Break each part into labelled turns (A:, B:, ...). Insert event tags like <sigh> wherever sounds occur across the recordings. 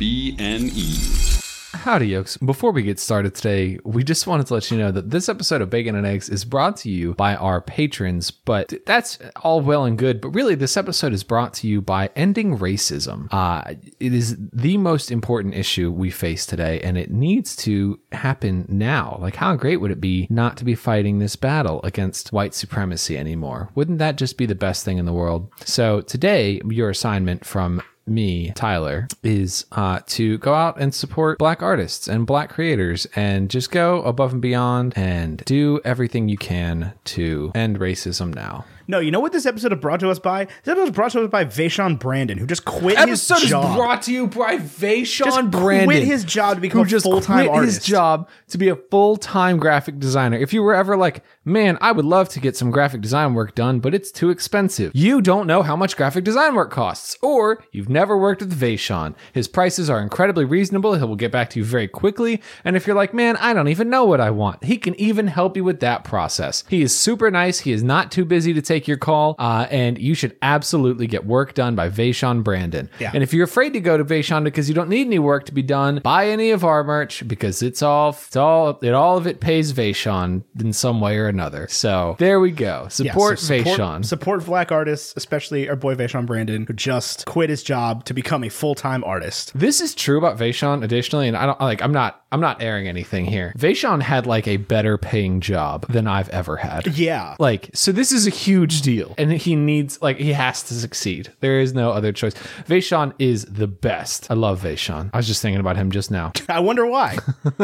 A: WBNE.
B: Howdy, yokes. Before we get started today, we just wanted to let you know that this episode of Bacon and Eggs is brought to you by our patrons, but that's all well and good. But really, this episode is brought to you by ending racism. Uh, it is the most important issue we face today, and it needs to happen now. Like, how great would it be not to be fighting this battle against white supremacy anymore? Wouldn't that just be the best thing in the world? So, today, your assignment from me, Tyler, is uh, to go out and support black artists and black creators and just go above and beyond and do everything you can to end racism now.
C: No, you know what this episode is brought to us by? This episode is brought to us by Vaishon Brandon, who just quit his job.
B: to you by
C: Just
B: Vaishon
C: quit his job to become
B: who
C: a
B: just
C: full-time
B: quit his
C: artist.
B: job to be a full-time graphic designer. If you were ever like, man, I would love to get some graphic design work done, but it's too expensive. You don't know how much graphic design work costs, or you've never worked with Vaishon. His prices are incredibly reasonable. He will get back to you very quickly. And if you're like, man, I don't even know what I want, he can even help you with that process. He is super nice. He is not too busy to take your call, uh, and you should absolutely get work done by Vaishon Brandon.
C: Yeah.
B: And if you're afraid to go to Vaishon because you don't need any work to be done, buy any of our merch because it's all it's all it all of it pays Vaishon in some way or another. So there we go.
C: Yeah,
B: Support
C: so support,
B: Vaishon.
C: Support black artists, especially our boy Vaishon Brandon, who just quit his job to become a full-time artist.
B: This is true about Vaishon additionally, and I don't like I'm not I'm not airing anything here. Vaishon had like a better paying job than I've ever had.
C: Yeah.
B: Like, so this is a huge deal. And he needs like he has to succeed. There is no other choice. Vaishon is the best. I love Vaishon. I was just thinking about him just now. <laughs>
C: I wonder why. <laughs>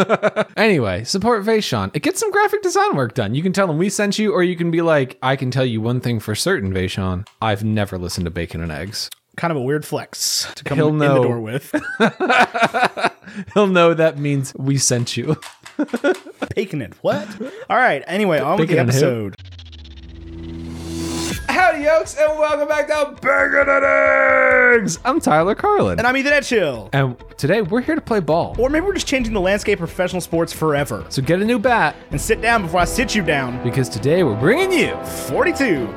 B: Anyway, support Vaishon. It gets some graphic design work done. You can tell them we sent you, or you can be like, I can tell you one thing for certain, Vaishon. I've never listened to Bacon and Eggs. <laughs>
C: kind of a weird flex to come
B: He'll
C: in
B: know.
C: the door with. <laughs>
B: He'll know that means we sent you. <laughs>
C: Bacon it. What? All right. Anyway, on with the
B: Bacon and who?
C: episode.
B: Howdy, yokes, and welcome back to Bacon and Eggs. I'm Tyler Carlin.
C: And I'm Ethan Etchill.
B: And today we're here to play ball.
C: Or maybe we're just changing the landscape of professional sports forever.
B: So get a new bat
C: And sit down before I sit you down.
B: because today we're bringing you
C: 42.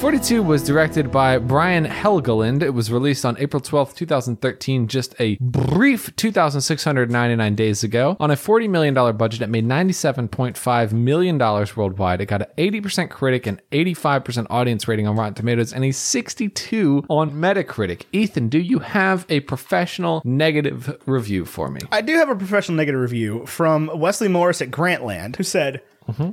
B: Forty-two was directed by Brian Helgeland. It was released on April twelfth, two 2013, just a brief 2,699 days ago. On a $40 million budget, it made $97.5 million worldwide. It got an 80% critic and 85% audience rating on Rotten Tomatoes and a 62 on Metacritic. Ethan, do you have a professional negative review for me?
C: I do have a professional negative review from Wesley Morris at Grantland, who said,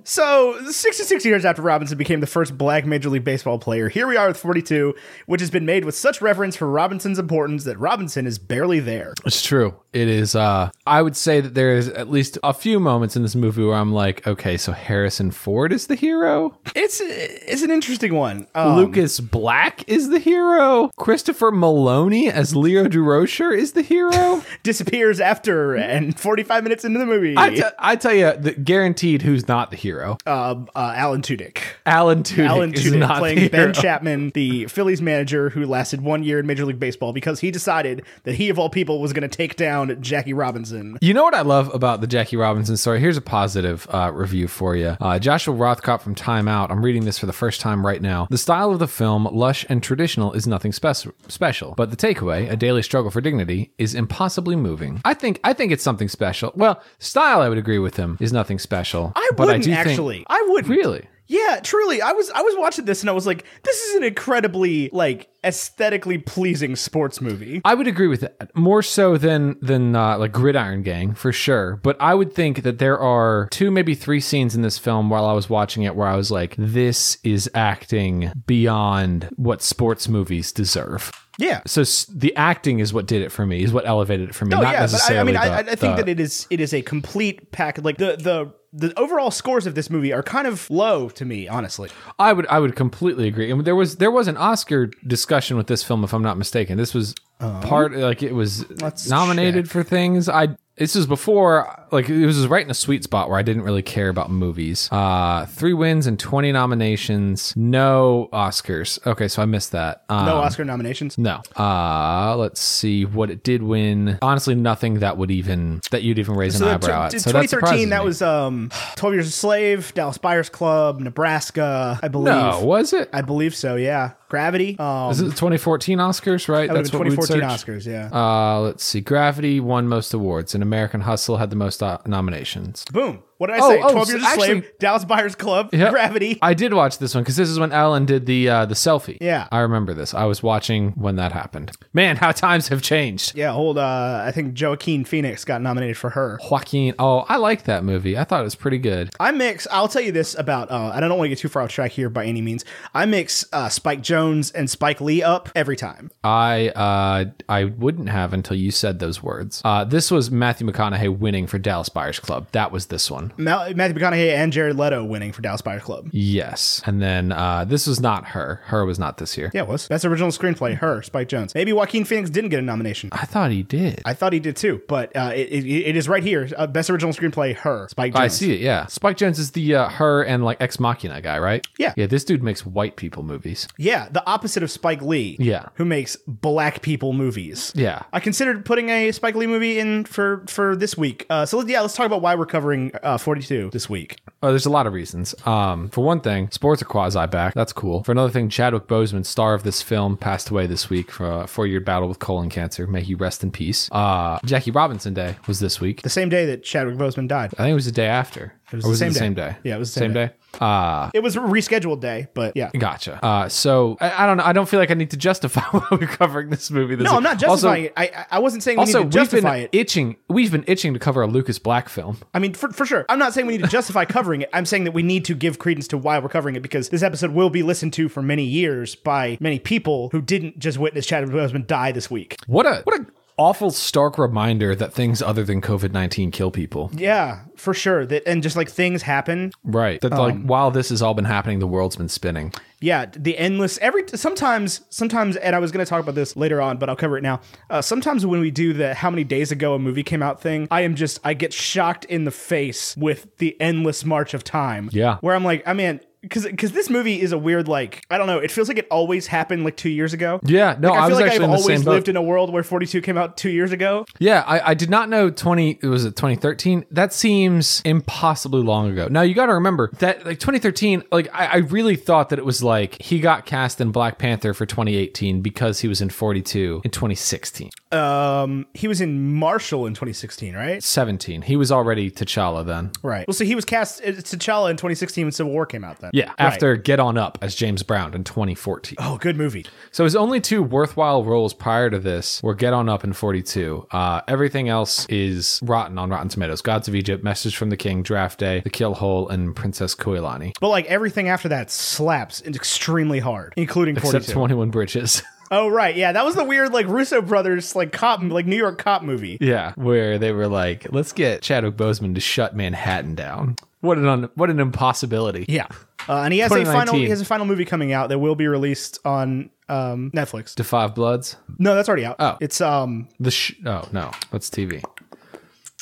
C: So, 66 years after Robinson became the first black Major League Baseball player, here we are with 42, which has been made with such reverence for Robinson's importance that Robinson is barely there.
B: It's true. It is. Uh, I would say that there is at least a few moments in this movie where I'm like, okay, so Harrison Ford is the hero.
C: It's it's an interesting one. Um,
B: Lucas Black is the hero. Christopher Maloney as Leo DeRocher is the
C: <laughs>
B: hero.
C: disappears after and 45 minutes into the movie,
B: I te- I tell you, the, guaranteed who's not the hero.
C: um, uh, Alan Tudyk.
B: Alan Tudyk,
C: Alan
B: is
C: Tudyk
B: not the
C: playing
B: hero. <laughs>
C: Ben Chapman, the Phillies manager who lasted one year in Major League Baseball because he decided that he, of all people, was going to take down Jackie Robinson.
B: You know what I love about the Jackie Robinson story? Here's a positive uh, review for you. Uh, Joshua Rothkopf from Time Out. I'm reading this for the first time right now. The style of the film, lush and traditional, is nothing spec- special, but the takeaway, a daily struggle for dignity, is impossibly moving. I think I think it's something special. Well, style, I would agree with him, is nothing special.
C: I
B: but
C: wouldn't
B: do think-
C: actually. I wouldn't.
B: Really?
C: Yeah, truly. I was I was watching this and I was like, this is an incredibly like aesthetically pleasing sports movie.
B: I would agree with that more so than than uh, like Gridiron Gang for sure. But I would think that there are two, maybe three scenes in this film while I was watching it where I was like, "This is acting beyond what sports movies deserve."
C: Yeah.
B: So s- the acting is what did it for me. Is what elevated it for me.
C: No,
B: not
C: yeah, but I, I
B: necessarily.
C: mean, I, I
B: the-
C: I think
B: the-
C: that it is it is a complete pack. Like the the the overall scores of this movie are kind of low to me, honestly.
B: I would I would completely agree. And there was there was an Oscar discussion with this film, if I'm not mistaken. This was part like it was
C: Oh. Let's
B: nominated for things. I This was before, like, it was right in a sweet spot where I didn't really care about movies. Uh, three wins and 20 nominations, no Oscars. Okay, so I missed that. Um,
C: No Oscar nominations.
B: No. Uh, let's see what it did win. Honestly, nothing that would even that you'd even raise
C: So
B: an
C: that-
B: eyebrow
C: t-
B: at.
C: t-
B: uh, So that
C: 2013,
B: surprises
C: that
B: me.
C: was um, 12 Years a Slave, Dallas Buyers Club, Nebraska, I believe.
B: no, was it?
C: I believe so, yeah. Gravity. Um,
B: Is it the 2014 Oscars? Right.
C: that would have
B: we'd
C: been 2014
B: search.
C: Oscars, yeah.
B: Uh, let's see. Gravity won most awards, and American Hustle had the most uh, nominations.
C: Boom. What did I
B: Oh,
C: say?
B: oh,
C: 12 Years
B: so
C: a Slave,
B: actually-
C: Dallas Buyers Club,
B: Yep.
C: Gravity.
B: I did watch this one because this is when Alan did the uh, the selfie.
C: Yeah.
B: I remember this. I was watching when that happened. Man, how times have changed.
C: yeah, hold. Uh, I think Joaquin Phoenix got nominated for her.
B: Joaquin. Oh, I like that movie. I thought it was pretty good.
C: I mix. I'll tell you this about. Uh, and I don't want to get too far off track here by any means. I mix uh, Spike Jones and Spike Lee up every time.
B: I uh, I wouldn't have until you said those words. Uh, this was Matthew McConaughey winning for Dallas Buyers Club. That was this one.
C: Ma- Matthew McConaughey and Jared Leto winning for Dallas Buyers Club.
B: Yes, and then uh, this was not her. Her was not this year.
C: Yeah, it was best original screenplay. Her, Spike Jones. Maybe Joaquin Phoenix didn't get a nomination.
B: I thought he did.
C: I thought he did too, but uh, it, it, it is right here. Uh, best original screenplay. Her, Spike Jones.
B: I see it. Yeah, Spike Jones is the uh, her and like Ex Machina guy, right?
C: Yeah.
B: yeah. This dude makes white people movies.
C: Yeah, the opposite of Spike Lee.
B: Yeah.
C: who makes black people movies.
B: Yeah,
C: I considered putting a Spike Lee movie in for for this week. Uh, so let- yeah, let's talk about why we're covering uh, 42 this week.
B: Oh, there's a lot of reasons. Um, for one thing, sports are quasi back. That's cool. For another thing, Chadwick Boseman, star of this film, passed away this week for a four year battle with colon cancer. May he rest in peace. Uh, Jackie Robinson Day was this week.
C: The same day that Chadwick Boseman died.
B: I think it was the day after. Or was It
C: the
B: the
C: same
B: same
C: day.
B: day.
C: Yeah, it was the same
B: day. Uh,
C: It was a rescheduled day, but yeah.
B: gotcha. Uh, so I, I don't know. I don't feel like I need to <laughs> justify why we're covering this movie. This
C: No, I'm not justifying
B: Also,
C: it. I- I I wasn't saying we
B: also,
C: need to
B: we've been
C: justify it.
B: itching. We've been itching to cover a Lucas Black film.
C: I mean, for, for sure. I'm not saying we
B: <laughs>
C: need to justify covering it. I'm saying that we need to give credence to why we're covering it because this episode will be listened to for many years by many people who didn't just witness Chadwick Boseman die this week.
B: What a what a awful stark reminder that things other than COVID nineteen kill people.
C: Yeah, for sure. That and just like things happen.
B: Right. Um, That like while this has all been happening, the world's been spinning.
C: Yeah, the endless every sometimes sometimes and I was going to talk about this later on, but I'll cover it now. Uh, sometimes when we do the how many days ago a movie came out thing, I am just I get shocked in the face with the endless march of time.
B: Yeah.
C: where I'm like, I mean, because because this movie is a weird like I don't know. It feels like it always happened like two years ago.
B: Yeah, no,
C: Like,
B: I
C: feel
B: was actually
C: like I've
B: in the
C: always
B: same boat.
C: lived in a world where 42 came out two years ago.
B: Yeah, I, I did not know twenty. It was it twenty thirteen. That seems impossibly long ago. Now you got to remember that like twenty thirteen. Like I, I really thought that it was like he got cast in Black Panther for twenty eighteen because he was in forty two in 2016.
C: Um, he was in Marshall in 2016, right?
B: 17. He was already T'Challa then.
C: Right. Well, so he was cast as T'Challa in 2016 when Civil War came out. Then
B: Yeah,
C: Right.
B: after Get On Up as James Brown in 2014.
C: oh, good movie.
B: So his only two worthwhile roles prior to this were Get On Up and 42. Uh, everything else is rotten on Rotten Tomatoes. Gods of Egypt, Message from the King, Draft Day, The Kill Hole, and Princess Koilani.
C: But like everything after that slaps and extremely hard, including
B: Except
C: 42.
B: 21 Bridges. <laughs>
C: Oh right, yeah, that was the weird like Russo brothers like cop like New York cop movie.
B: yeah, where they were like, let's get Chadwick Boseman to shut Manhattan down. What an un- what an impossibility.
C: Yeah. Uh, and he has a final
B: 2019.
C: he has a final movie coming out that will be released on um, Netflix.
B: The Five Bloods.
C: No, that's already out.
B: Oh.
C: It's um
B: The sh- oh no, that's TV.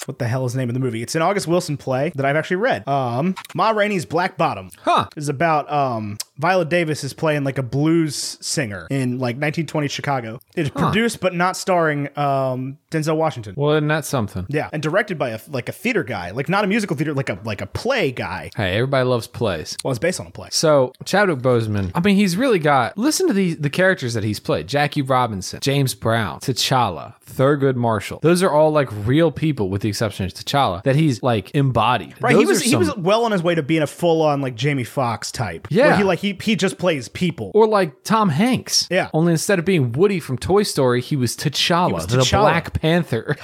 C: what the hell is the name of the movie? It's an August Wilson play that I've actually read. Um Ma Rainey's Black Bottom.
B: Huh.
C: Is about um Viola Davis is playing like a blues singer in like 1920 Chicago. It's produced but not starring um Denzel Washington.
B: Well, isn't that something?
C: Yeah, and directed by a like a theater guy, like not a musical theater, like a like a play guy.
B: Hey, everybody loves plays.
C: Well, it's based on a play.
B: So Chadwick Boseman, I mean, he's really got. Listen to the the characters that he's played: Jackie Robinson, James Brown, T'Challa, Thurgood Marshall. Those are all like real people, with the exception of T'Challa, that he's like embodied.
C: Right, he
B: Those
C: was
B: are
C: he
B: some-
C: was well on his way to being a full on like Jamie Foxx type. where
B: Yeah.
C: he like he he just plays people.
B: or like Tom Hanks.
C: Yeah.
B: Only instead of being Woody from Toy Story, he was T'Challa, the
C: T'Challa.
B: Black Panther.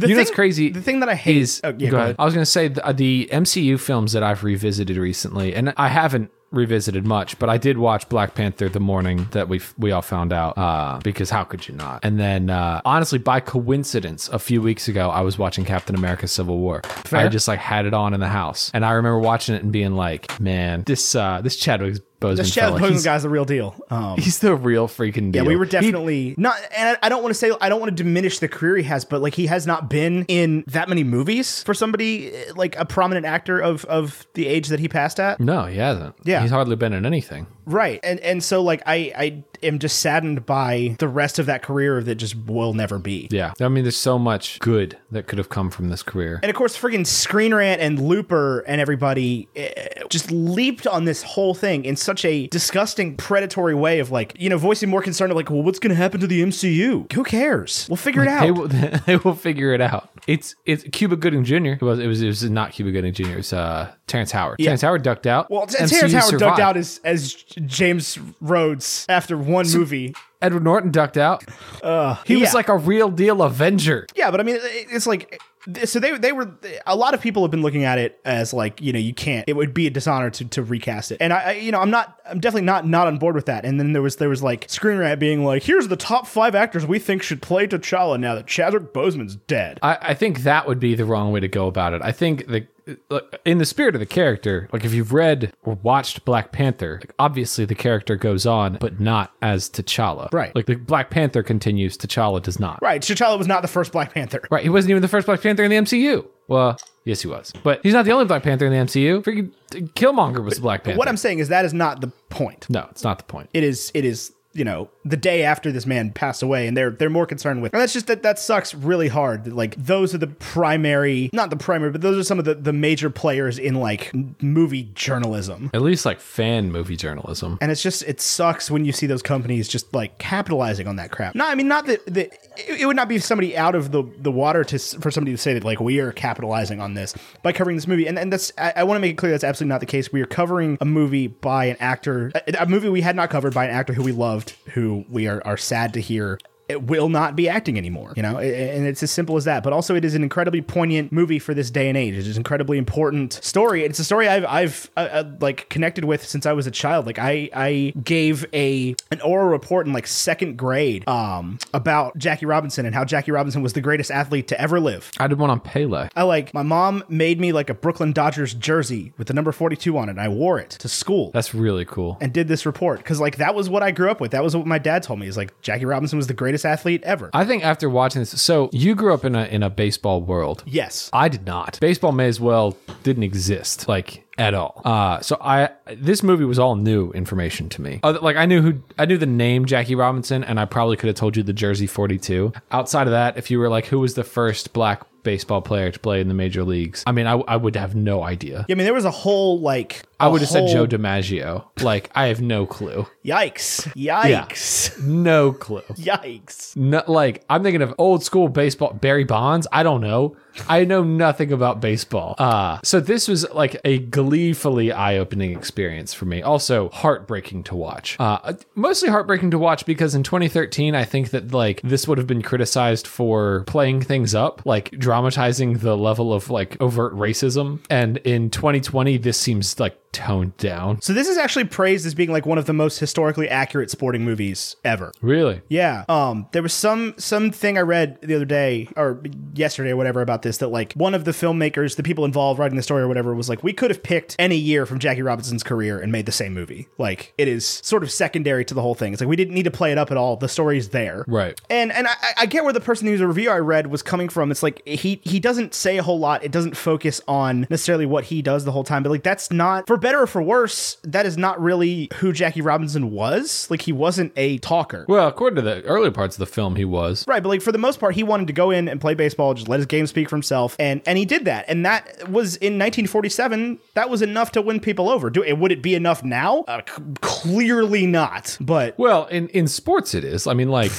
B: <laughs> you know
C: thing-
B: what's crazy?
C: The thing that I hate
B: is
C: oh, yeah,
B: go
C: go
B: ahead.
C: ahead.
B: I was going to say the, uh, the MCU films that I've revisited recently, and I haven't revisited much, but I did watch Black Panther the morning that we we all found out uh, because how could you not? And then uh, honestly, by coincidence, a few weeks ago, I was watching Captain America: Civil War. I just like had it on in the house, and I remember watching it and being like, "Man, this uh, this Chadwick Bozeman.
C: Chad
B: fella.
C: Bozeman
B: He's-
C: guy's the real deal. Um,
B: He's the real freaking deal.
C: yeah, we were
B: He-
C: definitely not, and I I don't want to say I don't want to diminish the career he has, but like he has not been in that many movies for somebody eh, like a prominent actor of of the age that he passed at.
B: no, he hasn't.
C: Yeah.
B: he's hardly been in anything.
C: Right. And and so like I I am just saddened by the rest of that career that just will never be.
B: Yeah, I mean, there's so much good that could have come from this career.
C: And of course, friggin' Screen Rant and Looper and everybody eh, just leaped on this whole thing in such a disgusting, predatory way of like, you know, voicing more concern of like, well, what's gonna happen to the MCU? Who cares? We'll figure it out.
B: They will, <laughs> they will figure it out. It's it's Cuba Gooding Jr. It was it was, it was not Cuba Gooding Jr. It was uh, Terrence Howard. Terrence Howard ducked out.
C: well, T-
B: MCU
C: Terrence Howard ducked
B: survived.
C: out as, as J- James Rhodes after one movie.
B: Edward Norton ducked out. he
C: yeah.
B: was like a real deal Avenger.
C: Yeah, but I mean, it- it's like eh, so they they were a lot of people have been looking at it as like you know you can't it would be a dishonor to, to recast it and I, I you know I'm not I'm definitely not not on board with that and then there was there was like Screen Rant being like here's the top five actors we think should play T'Challa now that Chadwick Boseman's dead
B: I, I think that would be the wrong way to go about it. I think the like, in the spirit of the character, like if you've read or watched Black Panther, like, obviously the character goes on, but not as T'Challa.
C: Right.
B: Like the Black Panther continues, T'Challa does not.
C: right T'Challa was not the first Black Panther
B: Right, he wasn't even the first Black Panther in the MCU. Well, yes, he was, but he's not the only Black Panther in the MCU. Freaking Killmonger was the Black Panther.
C: what I'm saying is that is not the point
B: no, it's not the point.
C: it is it is you know the day after this man passed away and they're they're more concerned with and that's just that that sucks really hard that, like those are the primary not the primary but those are some of the the major players in like m- movie journalism
B: At least like fan movie journalism.
C: and it's just it sucks when you see those companies just like capitalizing on that crap no i mean not that, that it, it would not be somebody out of the the water to s- for somebody to say that like we are capitalizing on this by covering this movie and, and that's i, I want to make it clear that's absolutely not the case we are covering a movie by an actor a, a movie we had not covered by an actor who we loved who we are, are sad to hear it will not be acting anymore, you know, A- a- and it's as simple as that. But also, it is an incredibly poignant movie for this day and age. It is an incredibly important story. It's a story I've I've uh, uh, like connected with since I was a child. Like I I gave a an oral report in like second grade um about Jackie Robinson and how Jackie Robinson was the greatest athlete to ever live.
B: I did one on Pele.
C: I like my mom made me like a Brooklyn Dodgers jersey with the number forty two on it. and I wore it to school
B: That's really cool.
C: and did this report because like that was what I grew up with. That was what my dad told me. Is like Jackie Robinson was the greatest athlete ever.
B: I think after watching this, so you grew up in a in a baseball world.
C: Yes.
B: I did not. Baseball may as well didn't exist like at all. Uh, so I this movie was all new information to me. Other- Like I knew who I knew the name Jackie Robinson, and I probably could have told you the jersey forty two. Outside of that, if you were like, who was the first black baseball player to play in the major leagues? I mean, I, I would have no idea.
C: Yeah, I mean, there was a whole like.
B: I
C: a
B: would have said Joe
C: whole-
B: DiMaggio. Like I have no clue,
C: Yikes! Yikes! <laughs>
B: no clue.
C: Yikes!
B: No, like I'm thinking of old school baseball. Barry Bonds. I don't know. I know nothing about baseball. Uh, so this was like a gleefully eye-opening experience for me. Also heartbreaking to watch. Uh, mostly heartbreaking to watch because in 2013, I think that like this would have been criticized for playing things up, like dramatizing the level of like overt racism. And in 2020, this seems like toned down.
C: So this is actually praised as being like one of the most historically accurate sporting movies ever.
B: Really?
C: Yeah. Um. There was some some thing I read the other day or yesterday or whatever about this that like one of the filmmakers, the people involved writing the story or whatever, was like, we could have picked any year from Jackie Robinson's career and made the same movie. Like it is sort of secondary to the whole thing. It's like we didn't need to play it up at all. The story's there.
B: Right.
C: And and I, I get where the person who's a review I read was coming from. It's like he he doesn't say a whole lot. It doesn't focus on necessarily what he does the whole time. But like that's not for better or for worse. That is not really who Jackie Robinson was. Like he wasn't a talker.
B: Well, according to the earlier parts of the film, he was.
C: Right, but like for the most part, he wanted to go in and play baseball, just let his game speak for himself, and and he did that, and that was in 1947. That was enough to win people over. Do it? Would it be enough now? Uh, c- clearly not. But
B: Well, in, in sports, it is. I mean, like.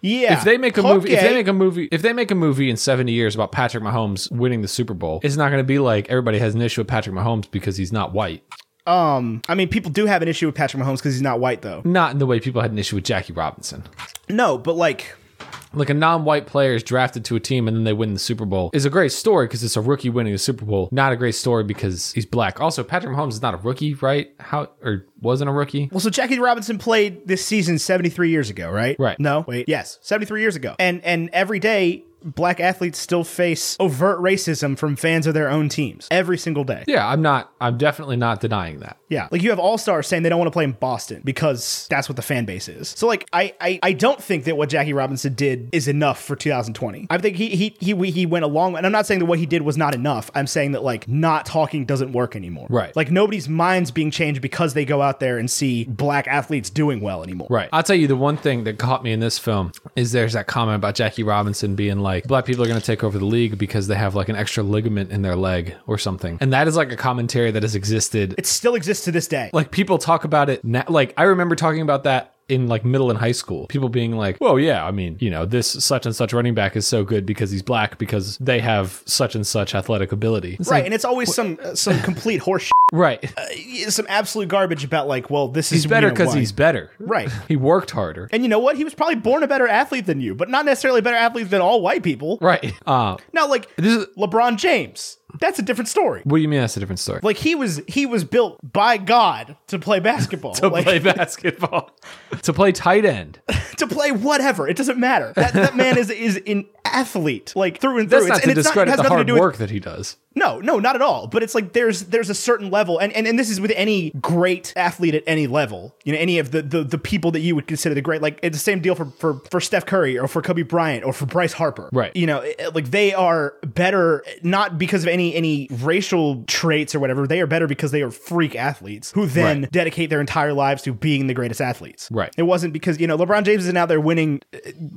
C: yeah,
B: If they make a movie, if
C: Okay.
B: they make a movie, if they make a movie in 70 years about Patrick Mahomes winning the Super Bowl, it's not going to be like everybody has an issue with Patrick Mahomes because he's not white.
C: um, I mean, people do have an issue with Patrick Mahomes because he's not white, though.
B: Not in the way people had an issue with Jackie Robinson.
C: No, but like.
B: Like a non-white player is drafted to a team and then they win the Super Bowl is a great story because it's a rookie winning the Super Bowl. Not a great story because he's black. Also, Patrick Mahomes is not a rookie, right? How or wasn't a rookie?
C: Well, so Jackie Robinson played this season 73 years ago, right?
B: Right.
C: No, wait. Yes, 73 years ago. And and every day black athletes still face overt racism from fans of their own teams every single day.
B: Yeah, I'm not. I'm definitely not denying that.
C: Yeah. Like you have all stars saying they don't want to play in Boston because that's what the fan base is. So like I, I I don't think that what Jackie Robinson did is enough for 2020. I think he he he we- he went along and I'm not saying that what he did was not enough. I'm saying that like not talking doesn't work anymore.
B: Right.
C: Like nobody's minds being changed because they go out there and see black athletes doing well anymore.
B: Right. I'll tell you the one thing that caught me in this film is there's that comment about Jackie Robinson being like, black people are going to take over the league because they have like an extra ligament in their leg or something. And that is like a commentary that has existed.
C: It still exists to this day.
B: like people talk about it now. Like I remember talking about that in like middle and high school. People being like, well, yeah, I mean, you know, this such and such running back is so good because he's black because they have such and such athletic ability. It's
C: right.
B: like-
C: and it's always some some complete <laughs> horseshit.
B: right.
C: Some absolute garbage about like, well, this is
B: he's better
C: you know,
B: because
C: why.
B: he's better.
C: Right.
B: He worked harder.
C: And you know what? He was probably born a better athlete than you, but not necessarily a better athlete than all white people.
B: Right. Uh,
C: Now, like
B: this is.
C: LeBron James, that's a different story.
B: What do you mean? That's a different story.
C: Like he was he was built by God to play basketball,
B: <laughs> to
C: like,
B: play basketball, to play tight end.
C: to play whatever. It doesn't matter. That, that man is is an athlete, like through and
B: That's
C: through.
B: not
C: and
B: to discredit
C: it has
B: the
C: nothing to
B: hard
C: do with
B: work that he does.
C: No, no, not at all. But it's like there's there's a certain level, and, and, and this is with any great athlete at any level. You know, any of the, the the people that you would consider the great. Like it's the same deal for for for Steph Curry or for Kobe Bryant or for Bryce Harper.
B: Right.
C: You know, it- it- like they are better not because of any any racial traits or whatever. They are better because they are freak athletes who then
B: Right.
C: dedicate their entire lives to being the greatest athletes.
B: Right.
C: It wasn't because you know LeBron James isn't out there winning.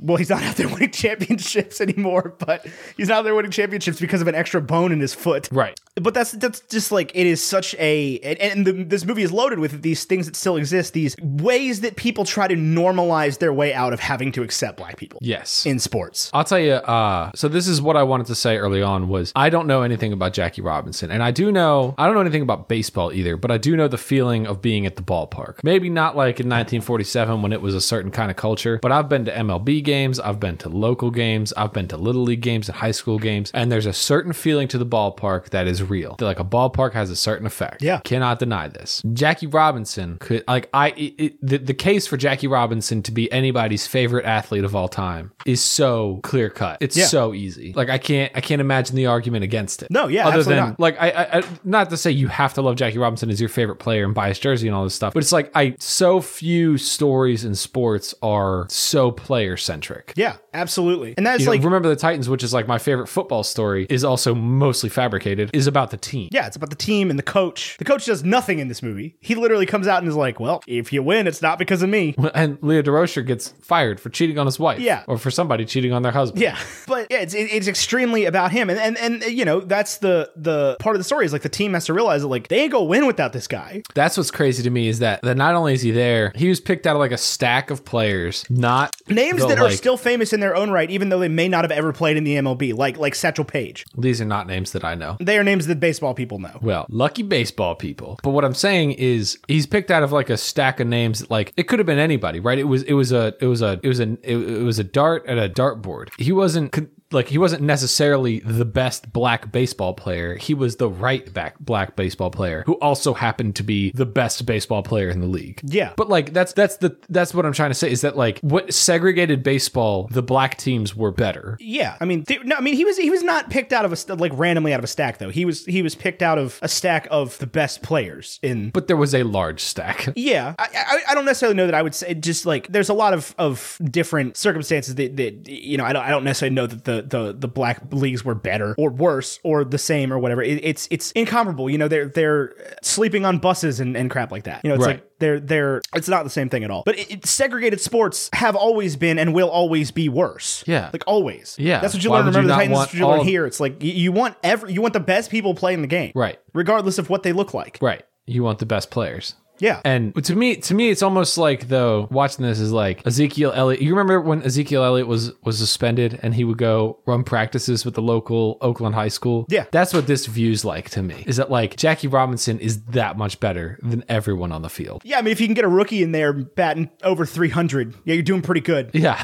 C: Well, he's not out there <laughs> winning championships anymore, but he's not out there winning championships because of an extra bone in his foot
B: Right.
C: but that's that's just like it is such a and, and the, this movie is loaded with these things that still exist these ways that people try to normalize their way out of having to accept black people
B: Yes.
C: in sports
B: I'll tell you. Uh, so this is what I wanted to say early on was I don't know anything about Jackie Robinson, and I do know I don't know anything about baseball either, but I do know the feeling of being at the ballpark. Maybe not like in 1947 when it was a certain kind of culture, but I've been to MLB games, I've been to local games, I've been to little league games and high school games, and there's a certain feeling to the ballpark that is real. Like a ballpark has a certain effect.
C: Yeah.
B: cannot deny this. Jackie Robinson could like I it, it- the, the case for Jackie Robinson to be anybody's favorite athlete of all time is so clear cut. It's
C: Yeah.
B: so easy. Like I can't I can't imagine the argument against it.
C: No, yeah,
B: Other
C: absolutely
B: than
C: not.
B: like I, I I not to say you have to love Jackie Robinson as your favorite player and buy his jersey and all this stuff, but it's like I so few stories in sports are so player centric.
C: yeah absolutely and that's
B: You know,
C: like
B: remember the Titans, which is like my favorite football story, is also mostly fabricated, is about the team.
C: yeah, it's about the team and the coach. The coach does nothing in this movie. He literally comes out and is like, "Well, if you win, it's not because of me."
B: and Leo DeRocher gets fired for cheating on his wife.
C: Yeah.
B: Or for somebody cheating on their husband.
C: Yeah, but yeah, it's it- it's extremely about him, and and and you know that's the the part of the story is like the team has to realize that like they ain't gonna win without this guy.
B: That's what's crazy to me is that, that not only is he there, he was picked out of like a stack of players, not
C: Names
B: the,
C: that are
B: like-
C: still famous in their own right, even though they may not have ever played in the MLB, like like Satchel Paige.
B: These are not names that I know.
C: They are names that baseball people know.
B: Well, lucky baseball people. But what I'm saying is he's picked out of like a stack of names that like it could have been anybody, right? It was it was a it was a it was an it, it was a dart at a dartboard. He wasn't con- like he wasn't necessarily the best black baseball player. He was the right back black baseball player who also happened to be the best baseball player in the league.
C: Yeah.
B: But like that's that's the that's what I'm trying to say is that like what segregated baseball, the black teams were better.
C: Yeah, I mean, they, no, I mean he was he was not picked out of a st- like randomly out of a stack though. He was he was picked out of a stack of the best players in.
B: But there was a large stack. <laughs>
C: Yeah, I, I I don't necessarily know that I would say just like there's a lot of of different circumstances that, that you know I don't I don't necessarily know that the the the black leagues were better or worse or the same or whatever. It, it's it's incomparable. You know they're they're sleeping on buses and, and crap like that. You know it's
B: Right.
C: like they're they're it's not the same thing at all. But it, it- segregated sports have always been and will always be worse.
B: Yeah.
C: like always.
B: Yeah.
C: that's what you
B: Why
C: learn.
B: would you
C: Remember the
B: not
C: Titans.
B: want
C: That's what you learn
B: all-
C: here. It's like you, you want every you want the best people playing the game,
B: Right.
C: Regardless of what they look like.
B: Right. You want the best players.
C: Yeah.
B: And to me, to me, it's almost like though watching this is like Ezekiel Elliott. You remember when Ezekiel Elliott was was suspended and he would go run practices with the local Oakland high school.
C: Yeah.
B: that's what this view's like to me. Is that like Jackie Robinson is that much better than everyone on the field?
C: Yeah, I mean, if you can get a rookie in there batting over 300, yeah, you're doing pretty good.
B: Yeah.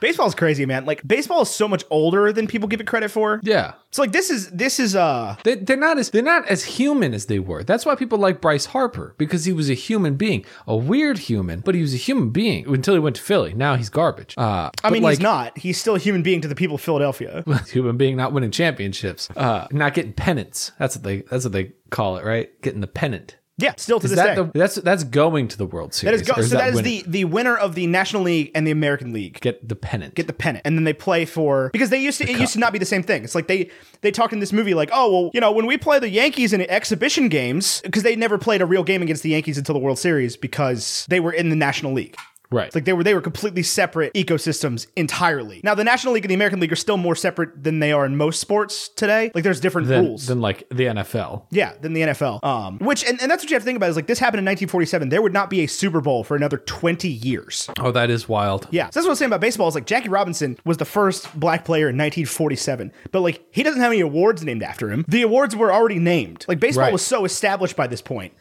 C: Baseball's crazy, man. Like baseball is so much older than people give it credit for.
B: <laughs> Yeah.
C: So like this is this is uh
B: They, they're not as they're not as human as they were. That's why people like Bryce Harper because he was a human being, a weird human, but he was a human being until he went to Philly. Now he's garbage. Uh,
C: I mean
B: like,
C: he's not. He's still a human being to the people
B: <laughs>
C: of Philadelphia.
B: human being not winning championships, uh, not getting pennants. That's what they that's what they call it, right? Getting the pennant.
C: Yeah, still to
B: Is
C: this
B: that
C: day.
B: the, that's that's going to the World Series.
C: that is go-
B: or
C: so that is
B: winning?
C: the the winner of the National League and the American League.
B: get the pennant.
C: get the pennant and then they play for because they used to it used to not be the same thing it's like they they talked in this movie like oh well you know when we play the yankees in exhibition games because they never played a real game against the yankees until the world series because they were in the national league
B: right.
C: it's like they were they were completely separate ecosystems entirely now the national league and the american league are still more separate than they are in most sports today like there's different
B: than,
C: rules
B: than like the NFL.
C: yeah, than the NFL. Um, which and, and that's what you have to think about is like this happened in 1947. There would not be a Super Bowl for another 20 years.
B: Oh, that is wild.
C: Yeah, so that's what I'm saying about baseball. Is like Jackie Robinson was the first black player in 1947, but like he doesn't have any awards named after him. The awards were already named. Like baseball
B: Right.
C: was so established by this point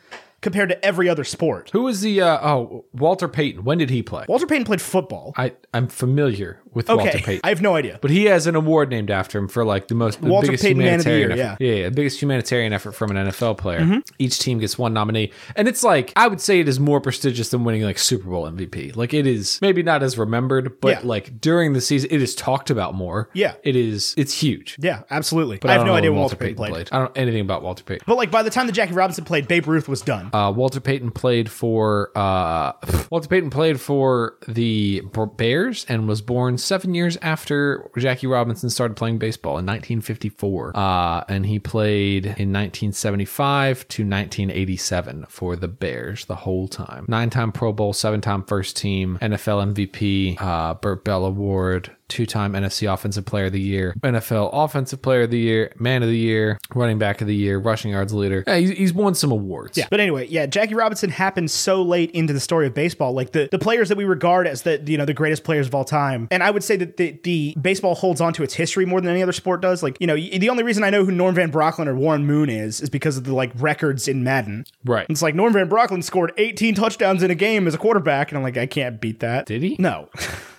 C: compared to every other sport.
B: Who was the uh, oh Walter Payton? When did he play?
C: Walter Payton played football.
B: I I'm familiar with Walter
C: Okay,
B: Payton.
C: I have no idea.
B: But he has an award named after him for like the most the
C: Walter
B: biggest
C: Payton Man of the
B: humanitarian
C: Year, Mm-hmm.
B: effort. Yeah. yeah, the biggest humanitarian effort from an NFL player. Each team gets one nominee, and it's like I would say it is more prestigious than winning like Super Bowl MVP. Like it is maybe not as remembered, but
C: Yeah.
B: like during the season, it is talked about more.
C: Yeah.
B: it is. It's huge.
C: Yeah, absolutely.
B: But
C: I
B: don't
C: have no
B: know
C: idea
B: when
C: when Walter Payton played.
B: I don't know anything about Walter Payton.
C: But like by the time that Jackie Robinson played, Babe Ruth was done.
B: Uh, Walter Payton played for uh, <sighs> Walter Payton played for the Bears and was born seven years after Jackie Robinson started playing baseball in 1954. Uh, and he played in 1975 to 1987 for the Bears the whole time. Nine-time Pro Bowl, seven-time first team, NFL MVP, uh, Burt Bell Award, two-time NFC Offensive Player of the Year, NFL Offensive Player of the Year, Man of the Year, Running Back of the Year, Rushing Yards Leader. Yeah, he's, he's won some awards.
C: Yeah. But anyway, yeah, Jackie Robinson happened so late into the story of baseball. Like the, the players that we regard as the you know the greatest players of all time. And I would say that the, the baseball holds on to its history more than any other sport does. Like, you know, y- the only reason I know who Norm Van Brocklin or Warren Moon is is because of the like records in Madden.
B: Right.
C: It's like Norm Van Brocklin scored 18 touchdowns in a game as a quarterback, and I'm like, I can't beat that.
B: Did he? <laughs>
C: No.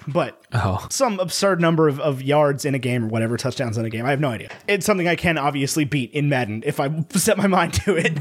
C: but
B: Oh.
C: some absurd number of, of yards in a game or whatever, touchdowns in a game. I have no idea. It's something I can obviously beat in Madden if I <laughs> set my mind to it.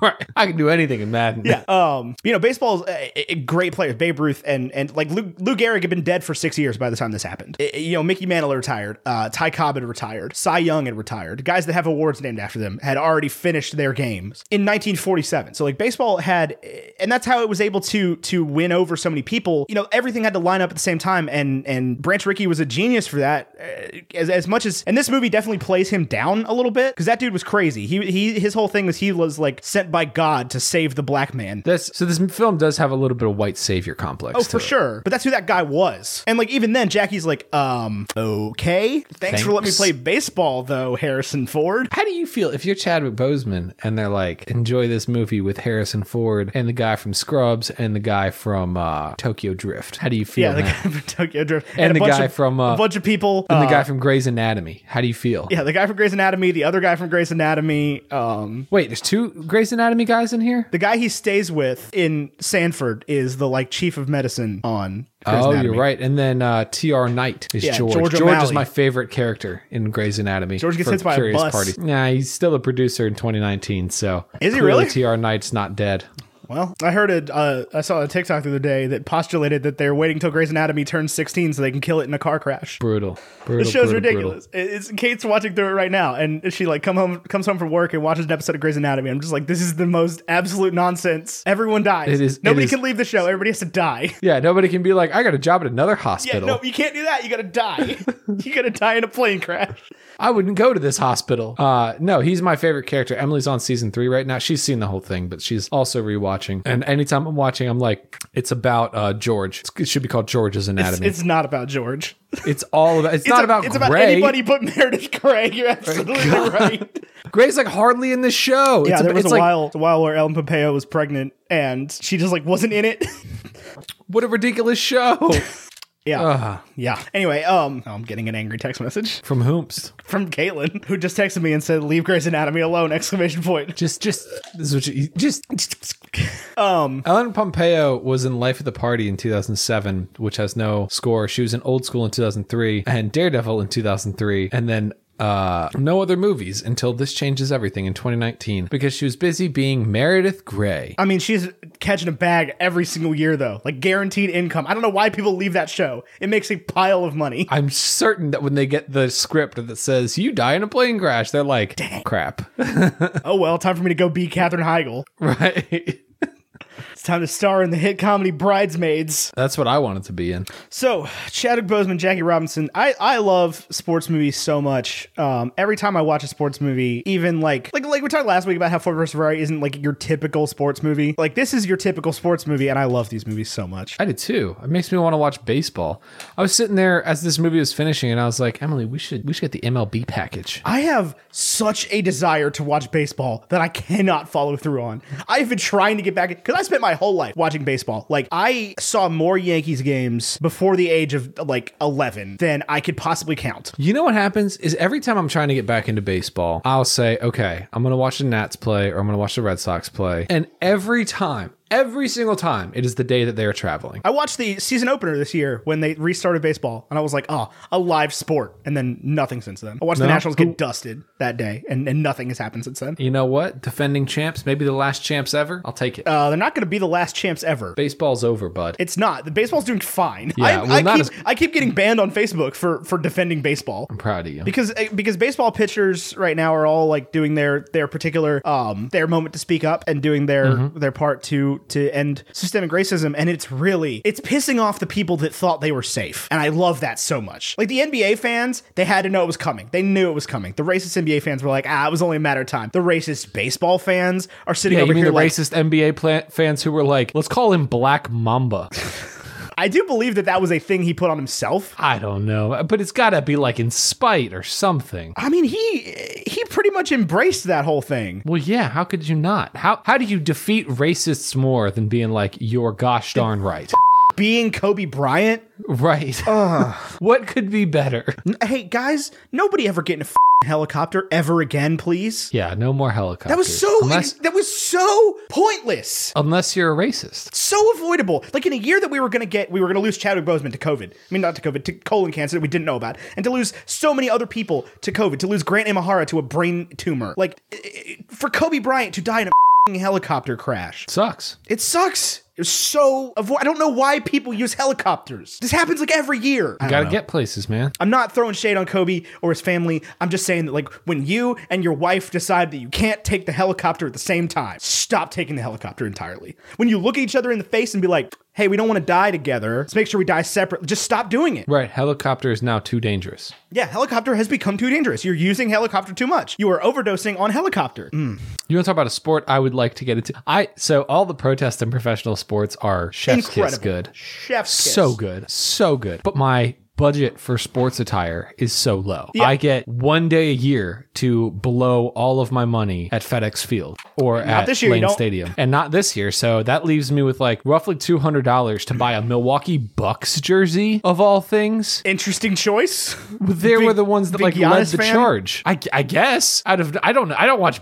B: Right. <laughs> I can do anything in Madden.
C: Yeah.
B: <laughs>
C: Um. You know, baseball's a, a great players. Babe Ruth and and like Lou, Lou Gehrig had been dead for six years by the time this happened. I- I- you know, Mickey Mantle had retired. Uh, Ty Cobb had retired. Cy Young had retired. Guys that have awards named after them had already finished their games in 1947. So like baseball had, and that's how it was able to to win over so many people. You know, everything had to line up at the same time, and and Branch Rickey was a genius for that. uh, As as much as, and this movie definitely plays him down a little bit because that dude was crazy. He he his whole thing was he was like sent by God to save the black man.
B: This so this film does have a little bit of white savior complex.
C: Oh,
B: to
C: for
B: it.
C: sure. But that's who that guy was. And like even then, Jackie's like, um, okay. Thanks, for letting me
B: Thanks.
C: play baseball though, Harrison Ford.
B: How do you feel if you're Chadwick Boseman and they're like, enjoy this movie with Harrison Ford and the guy from Scrubs and the guy from uh, Tokyo Drift? How do you feel?
C: Yeah, the
B: man?
C: guy from Tokyo Drift. And,
B: the
C: bunch
B: guy
C: of,
B: from, uh,
C: a bunch of people.
B: And
C: uh,
B: the guy from Grey's Anatomy. How do you feel?
C: yeah, the guy from Grey's Anatomy, the other guy from Grey's Anatomy, um,
B: Wait, there's two Grey's Anatomy guys in here?
C: the guy he stays with in Sanford is the like chief of medicine on Grey's
B: oh,
C: Anatomy.
B: you're right. And then uh, T.R. Knight is
C: Yeah,
B: George.
C: George
B: George, is
C: O'Malley.
B: my favorite character in Grey's Anatomy.
C: George gets
B: for
C: hit by a
B: Curious
C: bus.
B: Party. Nah, he's still a producer in 2019. So
C: Is he
B: clearly
C: really?
B: T.R. Knight's not dead.
C: Well, I heard it. Uh, I saw a TikTok the other day that postulated that they're waiting till Grey's Anatomy turns 16 so they can kill it in a car crash.
B: Brutal. Brutal.
C: The show's
B: brutal, brutal.
C: ridiculous. It- It's Kate's watching through it right now, and she like come home comes home from work and watches an episode of Grey's Anatomy. I'm just like, this is the most absolute nonsense. Everyone dies.
B: It is- it
C: Nobody
B: is-
C: can leave the show. Everybody has to die. <laughs>
B: Yeah, nobody can be like, I got a job at another
C: Yeah,
B: hospital.
C: no, you can't do that. You gotta die.
B: <laughs>
C: you gotta die in a plane crash.
B: I wouldn't go to this hospital. Uh, no, he's my favorite character. Emily's on season three right now. She's seen the whole thing, but she's also rewatching. And anytime I'm watching, I'm like, it's about uh, George. It's- It should be called George's
C: It's,
B: Anatomy. It's,
C: it's not about George. It's,
B: all about. It's, not
C: a-
B: about
C: it's
B: Gray.
C: about anybody but <laughs> Meredith Grey. You're absolutely
B: <laughs>
C: right.
B: Gray's like hardly in the show.
C: Yeah,
B: it's,
C: there was
B: it's
C: a
B: like,
C: while, a while where Ellen Pompeo was pregnant and she just like wasn't in it.
B: What a ridiculous show.
C: <laughs> Yeah.
B: Ugh.
C: Yeah. Anyway, um, oh, I'm getting an angry text message
B: <laughs> From Hoomps.
C: from Caitlin, who just texted me and said, "Leave Grey's Anatomy alone!" Exclamation point.
B: Just, just, this is what you, just, um, Ellen Pompeo was in Life of the Party in 2007, which has no score. She was in Old School in 2003 and Daredevil in 2003. And then, uh, no other movies until this changes everything in 2019 because she was busy being Meredith Grey.
C: I mean, she's catching a bag every single year, though. Like guaranteed income. I don't know why people leave that show. It makes a pile of money.
B: I'm certain that when they get the script that says you die in a plane crash, they're like, crap. <laughs>
C: Oh well, time for me to go be Katherine Heigl.
B: right?
C: It's time to star in the hit comedy Bridesmaids.
B: That's what I wanted to be in.
C: So, Chadwick Boseman, Jackie Robinson. I, I love sports movies so much. Um, every time I watch a sports movie, even like like like we talked last week about how Ford vs Ferrari isn't like your typical sports movie. Like this is your typical sports movie, and I love these movies so much.
B: I did too. It makes me want to watch baseball. I was sitting there as this movie was finishing, and I was like, Emily, we should we should get the MLB package.
C: I have such a desire to watch baseball that I cannot follow through on. I've been trying to get back because I spent my whole life watching baseball. Like I saw more Yankees games before the age of like eleven than I could possibly count.
B: You know what happens is every time I'm trying to get back into baseball, I'll say, okay, I'm going to watch the Nats play or I'm going to watch the Red Sox play. And every time, every single time, it is the day that they are traveling.
C: I watched the season opener this year when they restarted baseball, and I was like, oh, a live sport. And then nothing since then. I watched the Nationals get dusted that day, and, and nothing has happened since then.
B: You know what? Defending champs, maybe the last champs ever. I'll take it.
C: Uh, they're not going to be the last champs ever.
B: Baseball's over, bud.
C: It's not. The baseball's doing fine. I,
B: well,
C: I,
B: not
C: keep,
B: as-
C: I keep getting banned on Facebook for, for defending baseball.
B: I'm proud of you.
C: Because eh, because baseball pitchers right now are all like doing their their particular um their moment to speak up and doing their
B: Mm-hmm.
C: their part to to end systemic racism and it's really it's pissing off the people that thought they were safe and I love that so much. Like the NBA fans, they had to know it was coming. They knew it was coming. The racist NBA fans were like, ah, it was only a matter of time. The racist baseball fans are sitting
B: Yeah,
C: over
B: you mean
C: here
B: the
C: like,
B: racist NBA plant fans who were like, let's call him Black Mamba. <laughs>
C: I do believe that that was a thing he put on himself.
B: I don't know, but it's got to be like in spite or something.
C: I mean, he he pretty much embraced that whole thing.
B: Well, yeah. How could you not? How how do you defeat racists more than being like you're gosh darn right? <laughs>
C: Being Kobe Bryant,
B: Right. <laughs> what could be better?
C: Hey guys, nobody ever get in a f- helicopter ever again, please.
B: Yeah. No more helicopters.
C: That was so
B: unless,
C: that was so pointless,
B: unless you're a racist.
C: so avoidable. Like in a year that we were gonna get, we were gonna lose Chadwick Boseman to COVID. I mean, not to COVID, to colon cancer that we didn't know about, and to lose so many other people to COVID, to lose Grant Imahara to a brain tumor. Like i- i- for Kobe Bryant to die in a f***ing helicopter crash,
B: Sucks.
C: it sucks. It's so avo- I don't know why people use helicopters. This happens like every year. I don't
B: Got to
C: know.
B: get places, man.
C: I'm not throwing shade on Kobe or his family. I'm just saying that, like, when you and your wife decide that you can't take the helicopter at the same time, stop taking the helicopter entirely. When you look at each other in the face and be like, hey, we don't want to die together, let's make sure we die separately, just stop doing it.
B: Right. Helicopter is now too dangerous.
C: Yeah, helicopter has become too dangerous. You're using helicopter too much. You are overdosing on helicopter.
B: You want to talk about a sport I would like to get into? I so all the protests in professional sports are chef's kiss
C: Incredible.
B: good.
C: Chef's kiss.
B: So good. So good. But my budget for sports attire is so low. I get one day a year to blow all of my money at FedEx Field or at
C: this year, you
B: Lane
C: don't.
B: Stadium. And not this year. So that leaves me with like roughly $200 to buy a Milwaukee Bucks jersey of all things.
C: Interesting choice.
B: They were the ones that like
C: big
B: led
C: Giannis
B: the
C: fan?
B: charge. I, I guess out of I don't know. I don't watch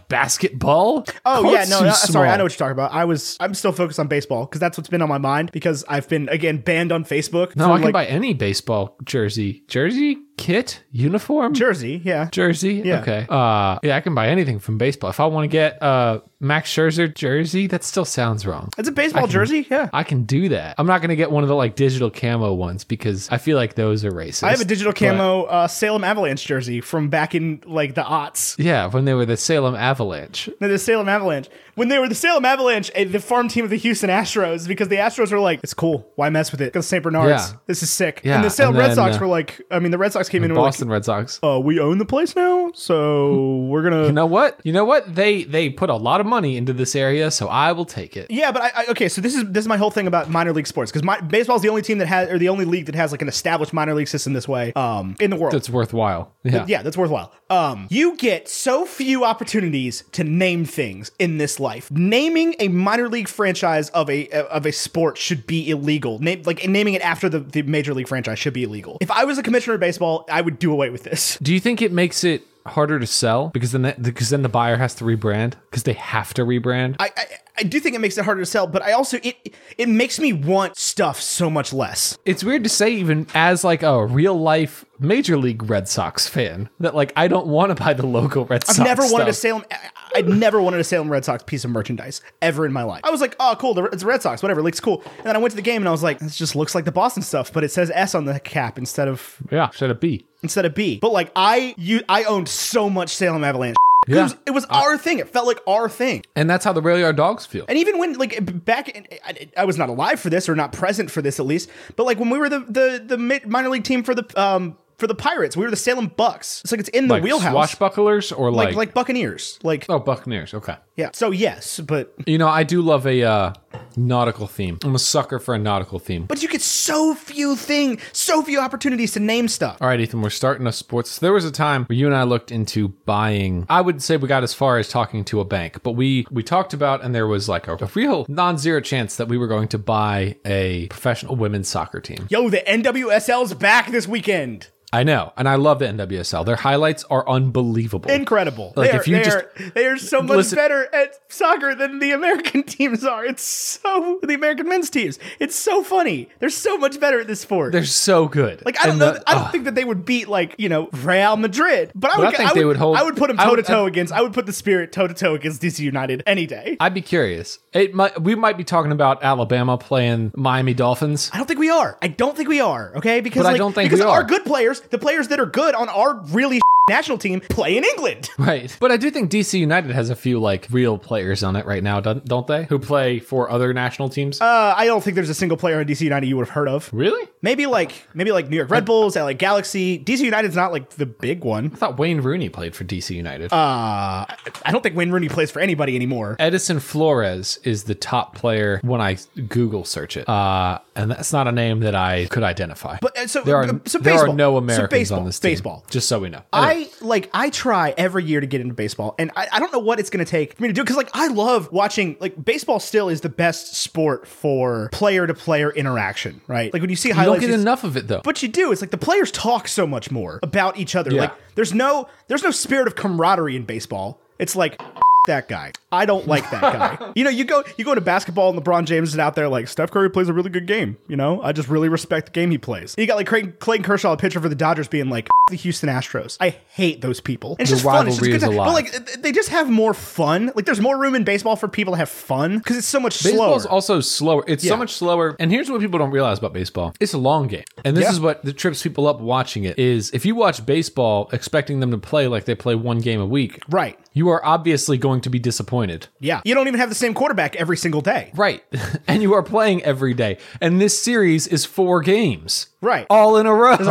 B: basketball.
C: Oh yeah,
B: Court's
C: no,
B: too
C: no, sorry, I
B: small.
C: know what you're talking about. I was, I'm still focused on baseball because that's what's been on my mind because I've been again banned on Facebook.
B: No,
C: from,
B: I can
C: like,
B: buy any baseball jersey, jersey kit, uniform,
C: Jersey. Yeah,
B: jersey.
C: Yeah.
B: Okay. Uh, yeah, I can buy anything from baseball. If I want to get uh Max Scherzer jersey, that still sounds wrong.
C: It's a baseball jersey, yeah.
B: I can do that. I'm not going to get one of the like digital camo ones because I feel like those are racist.
C: I have a digital camo uh, Salem Avalanche jersey from back in like the aughts.
B: yeah, when they were the Salem Avalanche.
C: No, The Salem Avalanche. When they were the Salem Avalanche, eh, the farm team of the Houston Astros, because the Astros were like, it's cool. Why mess with it? Go to St. Bernard's.
B: Yeah.
C: This is sick.
B: Yeah,
C: And the Salem
B: and
C: Red
B: then,
C: Sox
B: uh,
C: were like, I mean, the Red Sox came in and were like,
B: Boston Red Sox.
C: Oh. uh, we own the place now, so we're going
B: You
C: to.
B: know what? You know what? They they put a lot of of money into this area, so I will take it.
C: Yeah, but I, I okay. So this is this is my whole thing about minor league sports because baseball is the only team that has or the only league that has like an established minor league system this way um, in the world.
B: That's worthwhile. Yeah.
C: yeah, that's worthwhile. Um, you get so few opportunities to name things in this life. Naming a minor league franchise of a of a sport should be illegal. Name, like naming it after the, the major league franchise should be illegal. If I was a commissioner of baseball, I would do away with this.
B: Do you think it makes it harder to sell because then that, because then the buyer has to rebrand because they have to rebrand?
C: I, I I do think it makes it harder to sell, but I also it it makes me want stuff so much less.
B: it's weird to say even as like a real life major league Red Sox fan that like I don't want to buy the local Red Sox.
C: never wanted a
B: stuff.
C: Salem. I- I'd never wanted a Salem Red Sox piece of merchandise ever in my life. I was like, oh, cool, the- it's Red Sox, whatever, looks cool. And then I went to the game and I was like, this just looks like the Boston stuff, but it says S on the cap instead of
B: Yeah, should it be?
C: instead of B. But like, I you I owned so much Salem Avalanche. It
B: Yeah.
C: was, it was our thing. It felt like our thing.
B: And that's how the rail yard dogs feel.
C: And even when like b- back, in, I, I was not alive for this or not present for this at least. But like when we were the the the mi- minor league team for the um for the Pirates, we were the Salem Bucks. It's like it's in the
B: Like
C: wheelhouse.
B: swashbucklers or like,
C: like, like Buccaneers. Like
B: oh Buccaneers. Okay,
C: yeah. So yes, but
B: you know I do love a uh, nautical theme. I'm a sucker for a nautical theme.
C: but you get so few thing, so few opportunities to name stuff.
B: All right, Ethan, we're starting a sports. There was a time where you and I looked into buying. I would say we got as far as talking to a bank, but we we talked about and there was like a, a real non-zero chance that we were going to buy a professional women's soccer team.
C: Yo, the NWSL's back this weekend.
B: I know, and I love the NWSL. Their highlights are unbelievable.
C: Incredible.
B: Like,
C: they are,
B: if you
C: they
B: just-
C: are, they are so much
B: Listen-
C: better at soccer than the American <laughs> teams are. It's so the American men's teams. It's so funny. They're so much better at this sport.
B: They're so good.
C: like I don't
B: And
C: know.
B: the-
C: I don't
B: ugh.
C: think that they would beat like you know Real Madrid, but I would.
B: I think they would hold-
C: I would put them
B: I
C: toe
B: would-
C: to toe
B: I-
C: against. I would put the Spirit toe to toe against DC United any day. I,
B: I'd be curious. It might, we might be talking about Alabama playing Miami Dolphins.
C: don't think we are. I don't think we are. Okay, because
B: But I
C: like,
B: don't think
C: because
B: we
C: our
B: are.
C: good players, the players that are good on our really <laughs> national team, play in England. <laughs>
B: Right. But I do think DC United has a few like real players on it right now, don't, don't they? Who play for other national teams?
C: Uh, I don't think there's a single player on DC United you would have heard of.
B: really?
C: Maybe like maybe like New York Red Bulls, LA Galaxy. DC United's not like the big one.
B: I thought Wayne Rooney played for DC United.
C: Uh, I- I don't think Wayne Rooney plays for anybody anymore.
B: Edison Flores is the top player when I Google search it. Uh, and that's not a name that I could identify.
C: But uh, so
B: there are,
C: uh, so
B: there
C: baseball.
B: are no
C: So
B: Americans
C: baseball,
B: on this team.
C: Baseball.
B: Just so we know. Anyway.
C: I like I try every year to get into baseball, and I, I don't know what it's gonna take for me to do because like I love watching like baseball still is the best sport for player to player interaction, right? Like when you see
B: you don't
C: highlights,
B: get
C: you see-
B: enough of it though.
C: but you do. It's like the players talk so much more about each other.
B: Yeah.
C: Like there's no there's no spirit of camaraderie in baseball. It's like <laughs> that guy. I don't like
B: <laughs>
C: that guy. you know, you go you go into basketball and LeBron James is out there like Steph Curry plays a really good game. You know, I just really respect the game he plays. You got like Clayton, Clayton Kershaw, a pitcher for the Dodgers, being like <laughs> the Houston Astros. I hate those people. And it's
B: The
C: just fun. It's just
B: rivalry
C: good
B: is
C: time. But
B: alive.
C: like th- they just have more fun. Like there's more room in baseball for people to have fun because it's so much
B: Baseball's
C: slower.
B: also slower. It's
C: Yeah.
B: so much slower. And here's what people don't realize about baseball. It's a long game. And this
C: Yeah.
B: is what the trips people up watching it is if you watch baseball expecting them to play like they play one game a week,
C: right.
B: you are obviously going to be disappointed.
C: Yeah. You don't even have the same quarterback every single day.
B: Right. <laughs> and you are playing every day. And this series is four games.
C: Right.
B: All in a row.
C: There's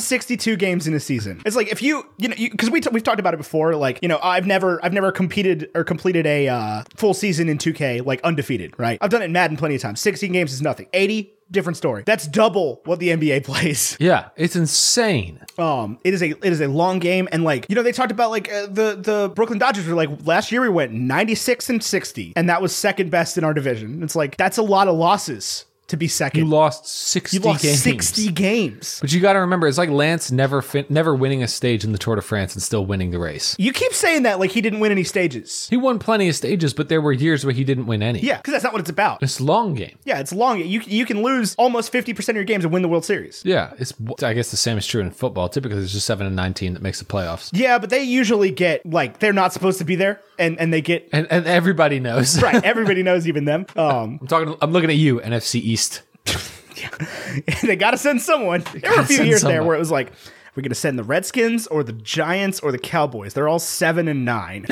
C: 162 games in a season. It's like if you, you know, because we t- we've talked about it before. Like, you know, I've never, I've never competed or completed a uh, full season in 2K like undefeated. Right? I've done it in Madden plenty of times. 16 games is nothing. 80, different story. That's double what the NBA <laughs> plays.
B: yeah, it's insane.
C: Um, it is a, it is a long game, and like, you know, they talked about like uh, the the Brooklyn Dodgers were like last year we went 96 and 60, and that was second best in our division. It's like that's a lot of losses to be second.
B: You lost 60
C: You lost
B: games.
C: 60 games.
B: But you got to remember, it's like Lance never fin- never winning a stage in the Tour de France and still winning the race.
C: You keep saying that like he didn't win any stages.
B: He won plenty of stages, but there were years where he didn't win any.
C: Yeah, because that's not what it's about.
B: It's long game.
C: Yeah, it's long. You you can lose almost fifty percent of your games and win the World Series.
B: Yeah, it's. I guess the same is true in football. Typically, there's just seven and nine team that makes the playoffs,
C: Yeah, but they usually get like they're not supposed to be there, and and they get
B: and and everybody knows.
C: <laughs>
B: <laughs>
C: right. Everybody knows even them. Um, <laughs>
B: I'm talking. I'm looking at you, NFC East.
C: they got to send someone. There were a
B: gotta
C: few
B: send
C: years there
B: someone.
C: where it was like, are we going to send the Redskins or the Giants or the Cowboys? They're all seven and nine.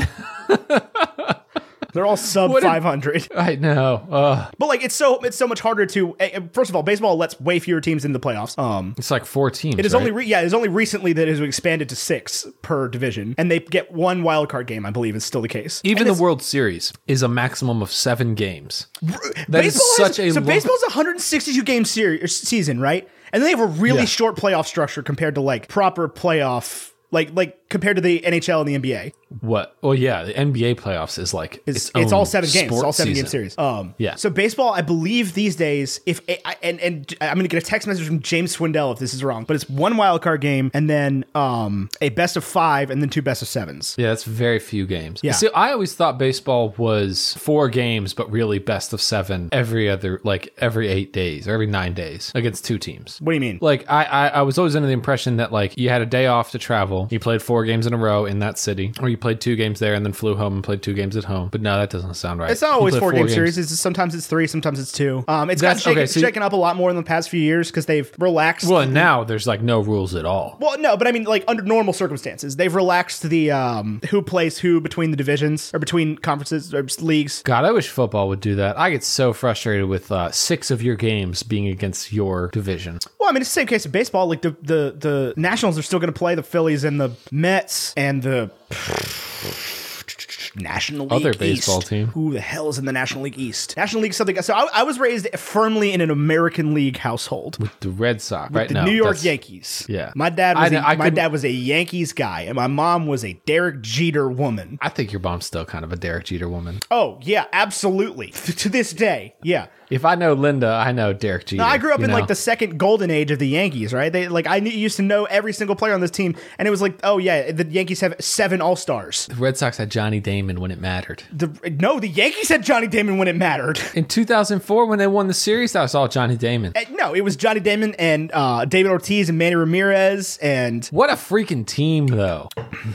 B: <laughs>
C: They're all sub
B: What a-
C: 500.
B: I know. Ugh.
C: But like it's so it's so much harder to eh, eh, first of all, baseball lets way fewer teams in the playoffs. Um
B: it's like four teams.
C: it is only re- yeah, it is only recently that it has expanded to 6 per division and they get one wild card game, I believe is still the case.
B: even
C: And
B: the
C: it's-
B: World Series is a maximum of seven games. That is
C: baseball has-
B: such a
C: So
B: lo-
C: baseball's a 162 game series season, right? And then they have a really
B: Yeah.
C: short playoff structure compared to like proper playoff like like compared to the NHL and the NBA.
B: What? Oh yeah, the NBA playoffs is like
C: It's,
B: its,
C: it's all
B: own
C: seven games. It's
B: sport
C: all seven game
B: season.
C: series. Um,
B: Yeah.
C: So baseball, I believe these days, if I, and and I'm gonna get a text message from James Swindell if this is wrong, but it's one wild card game and then um a best of five and then two best of sevens.
B: Yeah, that's very few games.
C: Yeah.
B: See, I always thought baseball was four games, but really best of seven every other, like every eight days or every nine days against two teams.
C: What do you mean?
B: Like I, I, I was always under the impression that like you had a day off to travel, you played four games in a row in that city, or you played two games there and then flew home and played two games at home. But no, that doesn't sound right.
C: It's not
B: You
C: always
B: play
C: four, game series. It's sometimes it's three, sometimes it's two. Um, it's gotten
B: That's-
C: shaken,
B: okay, so you-
C: shaken up a lot more in the past few years because they've relaxed.
B: Well, and now there's like no rules at all.
C: Well, no, but I mean, like under normal circumstances, they've relaxed the um, who plays who between the divisions or between conferences or leagues.
B: God, I wish football would do that. I get so frustrated with uh, six of your games being against your division.
C: Well, I mean, it's the same case of baseball. Like the the the Nationals are still going to play the Phillies and the Mets and the National League
B: Other
C: East.
B: baseball team.
C: Who the hell is in the National League East? National League something. So I, I was raised firmly in an American League household.
B: The Red Sox, right
C: the
B: now,
C: New York
B: that's-
C: Yankees.
B: yeah.
C: my dad was
B: I-
C: a-
B: I
C: my
B: couldn't-
C: dad was a Yankees guy, and my mom was a Derek Jeter woman.
B: I think your mom's still kind of a Derek Jeter woman.
C: Oh yeah, absolutely. to this day, yeah.
B: If I know Linda, I know Derek Jeter.
C: No, I grew up
B: you
C: in
B: know?
C: like the second golden age of the Yankees, right? They like I knew, used to know every single player on this team, and it was like, oh yeah, the Yankees have seven All Stars.
B: The Red Sox had Johnny Damon when it mattered.
C: The no, the Yankees had Johnny Damon when it mattered. <laughs>
B: In 2004, when they won the series, that was all Johnny Damon.
C: And no, it was Johnny Damon and uh, David Ortiz and Manny Ramirez, and
B: What a freaking team, though.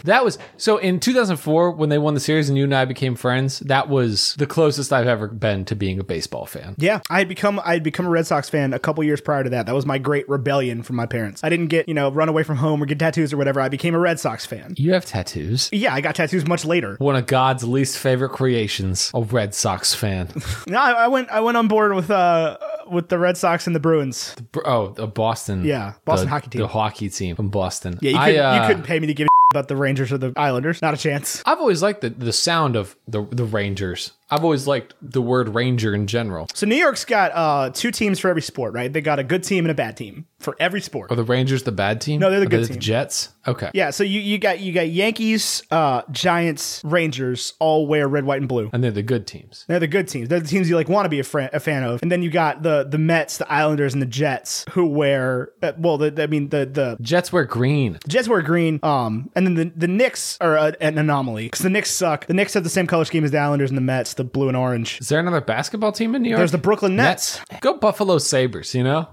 B: That was so in 2004 when they won the series and you and I became friends. That was the closest I've ever been to being a baseball fan.
C: yeah, I had become I had become a Red Sox fan a couple years prior to that. That was my great rebellion from my parents. I didn't get you know run away from home or get tattoos or whatever. I became a Red Sox fan.
B: You have tattoos.
C: Yeah, I got tattoos much later.
B: One of God's least favorite creations, a Red Sox
C: <laughs>
B: fan.
C: No, I, I went I went on board with uh with the Red Sox and the Bruins.
B: Br- Oh, the Boston.
C: Yeah, Boston
B: the-
C: hockey team.
B: The hockey team from Boston.
C: Yeah, you,
B: I,
C: couldn't, you
B: uh,
C: couldn't pay me to give a <laughs> about the Rangers or the Islanders. Not a chance.
B: I've always liked the, the sound of the the Rangers. I've always liked the word Ranger in general.
C: So New York's got uh, two teams for every sport, right? They got a good team and a bad team for every sport.
B: Are the Rangers the bad team?
C: No, they're the
B: Are
C: good
B: they
C: team.
B: The Jets. Okay.
C: Yeah, so you, you got you got Yankees, uh, Giants, Rangers all wear red, white, and blue.
B: And they're the good teams.
C: They're the good teams. They're the teams you like want to be a, fran- a fan of. And then you got the the Mets, the Islanders, and the Jets who wear uh, well. The, I mean the the
B: Jets wear green.
C: Jets wear green. Um, and then the, the Knicks are a, an anomaly because the Knicks suck. The Knicks have the same color scheme as the Islanders and the Mets, the blue and orange.
B: Is there another basketball team in New York?
C: There's the Brooklyn Nets.
B: Nets. Go Buffalo Sabres, you know?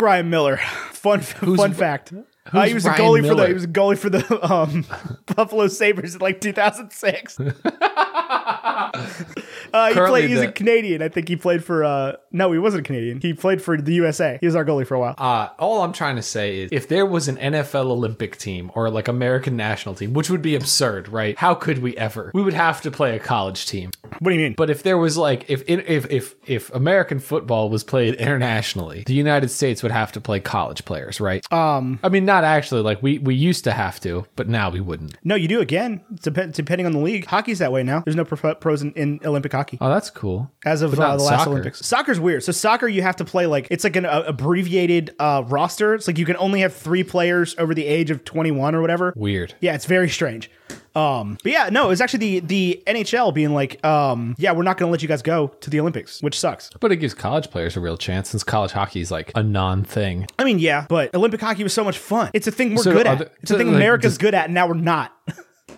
C: Ryan Miller. <laughs> Fun fun fact. Uh, he was a
B: Ryan
C: goalie for the
B: Miller?
C: he was a goalie for the um, <laughs> Buffalo Sabres in
B: <laughs>
C: like 2006. uh, he
B: Currently
C: played, he's a
B: the-
C: Canadian. I think he played for uh, no, he wasn't a Canadian. He played for the USA. He was our goalie for a while.
B: Uh, all I'm trying to say is if there was an NFL Olympic team or like American national team, which would be absurd, right? How could we ever? We would have to play a college team.
C: What do you mean?
B: But if there was like if if if if American football was played internationally, the United States would have to play college players, right? Um I mean not actually like we we used to have to, but now we wouldn't.
C: no, you do again. Dep- depending on the league, hockey's that way now. There's no pro- pros in, in Olympic hockey.
B: Oh, that's cool.
C: As of
B: But
C: uh,
B: not
C: the last
B: soccer.
C: Olympics, soccer's weird. So soccer, you have to play like it's like an uh, abbreviated uh, roster. It's like you can only have three players over the age of 21 or whatever.
B: Weird.
C: Yeah, it's very strange. Um, but yeah, no, it was actually the the NHL being like, um, yeah, we're not going to let you guys go to the Olympics, which sucks.
B: But it gives college players a real chance since college hockey is like a non thing.
C: I mean, yeah, but Olympic hockey was so much fun. It's a thing we're
B: So
C: good
B: are
C: at.
B: the-
C: it's a
B: so,
C: thing
B: like,
C: America's
B: does-
C: good at, and now we're not.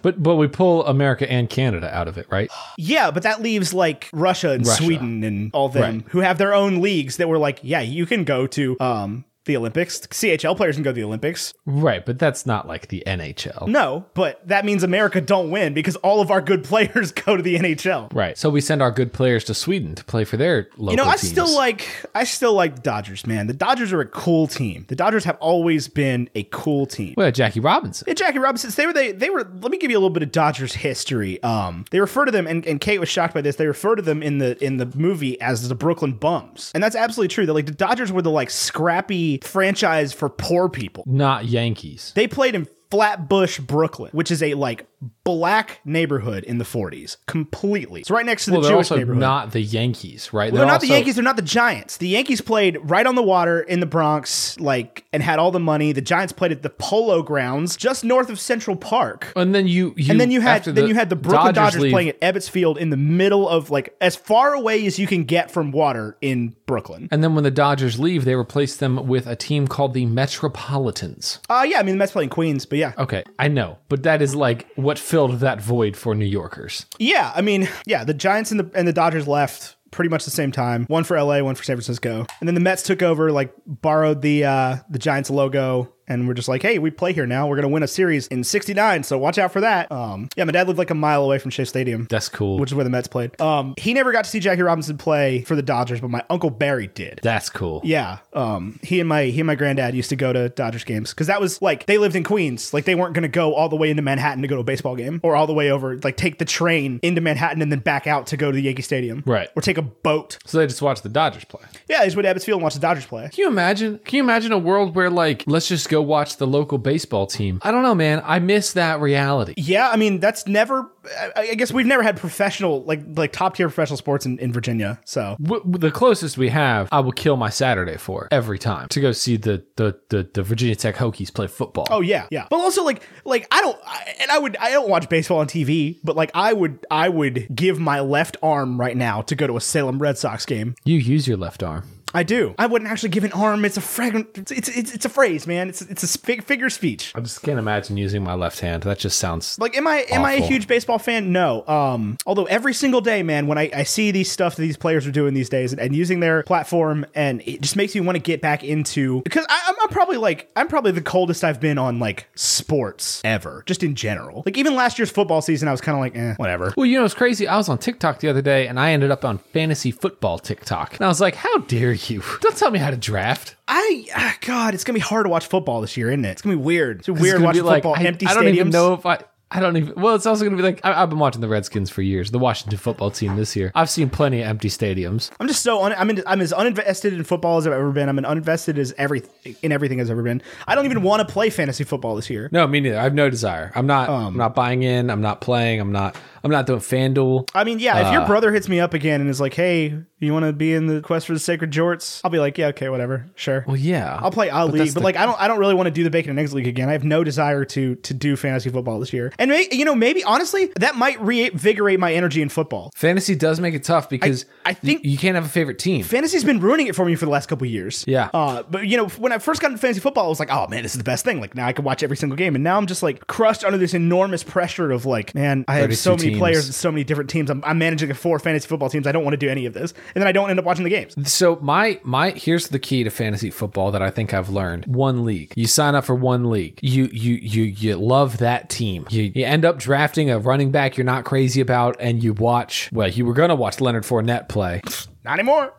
B: But but we pull America and Canada out of it, right?
C: yeah, but that leaves like Russia and Sweden and all them
B: Right.
C: who have their own leagues that were like, yeah, you can go to um. the Olympics. CHL players can go to the Olympics.
B: Right, but that's not like the NHL.
C: No, but that means America don't win because all of our good <laughs> players go to the NHL.
B: Right. So we send our good players to Sweden to play for their local
C: You know, I
B: teams.
C: still like I still like the Dodgers, man. The Dodgers are a cool team. The Dodgers have always been a cool team.
B: well, Jackie Robinson.
C: Yeah, Jackie Robinson. They were they they were. Let me give you a little bit of Dodgers history. Um, they refer to them, and, and Kate was shocked by this. They refer to them in the in the movie as the Brooklyn Bums, and that's absolutely true. That like the Dodgers were the like scrappy franchise for poor people.
B: Not Yankees.
C: They played in Flatbush, Brooklyn, which is a like black neighborhood in the 40s, completely. It's right next to the
B: Well, they're
C: Jewish
B: also
C: neighborhood.
B: not the Yankees, right?
C: They're, not the
B: also-
C: Yankees. They're not the Giants. The Yankees played right on the water in the Bronx, like, and had all the money. The Giants played at the Polo Grounds, just north of Central Park.
B: And then you, you
C: And then you had
B: after
C: then you had the Brooklyn Dodgers,
B: leave-
C: playing at Ebbets Field in the middle of like as far away as you can get from water in Brooklyn.
B: And then when the Dodgers leave, they replace them with a team called the Metropolitans.
C: Uh yeah, I mean the Mets playing Queens, but yeah.
B: Okay, I know, but that is like what filled that void for New Yorkers.
C: Yeah, I mean, yeah, the Giants and the and the Dodgers left pretty much the same time. One for LA, one for San Francisco. And then the Mets took over, like borrowed the uh the Giants logo and we're just like, hey, we play here now. We're gonna win a series in sixty nine, so watch out for that. Um yeah, my dad lived like a mile away from Shea Stadium.
B: That's cool.
C: which is where the Mets played. Um, he never got to see Jackie Robinson play for the Dodgers, but my uncle Barry did.
B: That's cool.
C: Yeah, um, he and my he and my granddad used to go to Dodgers games because that was like they lived in Queens, like they weren't gonna go all the way into Manhattan to go to a baseball game, or all the way over like take the train into Manhattan and then back out to go to the Yankee Stadium,
B: Right.
C: Or take a boat.
B: So they just watch the Dodgers play.
C: Yeah, they just went to Ebbets Field and watch the Dodgers play.
B: Can you imagine? Can you imagine a world where like let's just go watch the local baseball team? I don't know, man. I miss that reality.
C: Yeah, I mean that's never. I- I guess we've never had professional like like top tier professional sports in, in Virginia, so
B: W- w- the closest we have, I will kill my Saturday for every time to go see the the the, the Virginia Tech Hokies play football.
C: Oh yeah, yeah. But also like like I don't I, and I would I don't watch baseball on TV, but like I would I would give my left arm right now to go to a Salem Red Sox game.
B: you use your left arm.
C: I do. I wouldn't actually give an arm. It's a fragment. It's it's, it's, it's a phrase, man. It's it's a sp- figure of speech.
B: I just can't imagine using my left hand. That just sounds
C: Like am I am I a
B: Awful.
C: huge baseball fan? No. Um although every single day, man, when I, I see these stuff that these players are doing these days and, and using their platform and it just makes me want to get back into because I, I'm, I'm probably like I'm probably the coldest I've been on like sports ever, just in general. Like even last year's football season, I was kinda like, eh, whatever.
B: Well, you know, it's crazy. I was on TikTok the other day and I ended up on fantasy football TikTok. And I was like, how dare you? <laughs> Don't tell me how to draft.
C: I ah, God, it's gonna be hard to watch football this year, isn't it? It's gonna be weird. It's
B: It's
C: weird
B: gonna
C: watching football,
B: I,
C: empty
B: I don't even
C: stadiums.
B: know if I. I don't even. Well, it's also going to be like I, I've been watching the Redskins for years, the Washington football team this year. I've seen plenty of empty stadiums.
C: I'm just so un- I'm in, I'm as uninvested in football as I've ever been. I'm an uninvested as every in everything as I've ever been. I don't even want to play fantasy football this year.
B: No, me neither. I have no desire. I'm not.
C: Um,
B: I'm not buying in. I'm not playing. I'm not. I'm not doing FanDuel.
C: I mean, yeah,
B: Uh.
C: if your brother hits me up again and is like, "Hey, you want to be in the quest for the sacred jorts?" I'll be like, "Yeah, okay, whatever, sure."
B: Well, yeah.
C: I'll play I league,
B: that's
C: but
B: the-
C: like I don't I don't really want to do the bacon and eggs league again. I have no desire to to do fantasy football this year. And may, you know, maybe honestly, that might reinvigorate my energy in football.
B: Fantasy does make it tough because
C: I think-
B: you, you can't have a favorite team.
C: Fantasy's been ruining it for me for the last couple of years.
B: Yeah.
C: Uh, but you know, when I first got into fantasy football, I was like, "Oh man, this is the best thing!" Like now I can watch every single game, and now I'm just like crushed under this enormous pressure of like, man, I have
B: 32
C: so many
B: teams.
C: players and so many different teams. I'm, I'm managing four fantasy football teams. I don't want to do any of this, and then I don't end up watching the games.
B: So my my here's the key to fantasy football that I think I've learned. One league. You sign up for one league. You you you you love that team. You, you end up drafting a running back you're not crazy about and you watch well, you were gonna watch Leonard Fournette play.
C: Not anymore.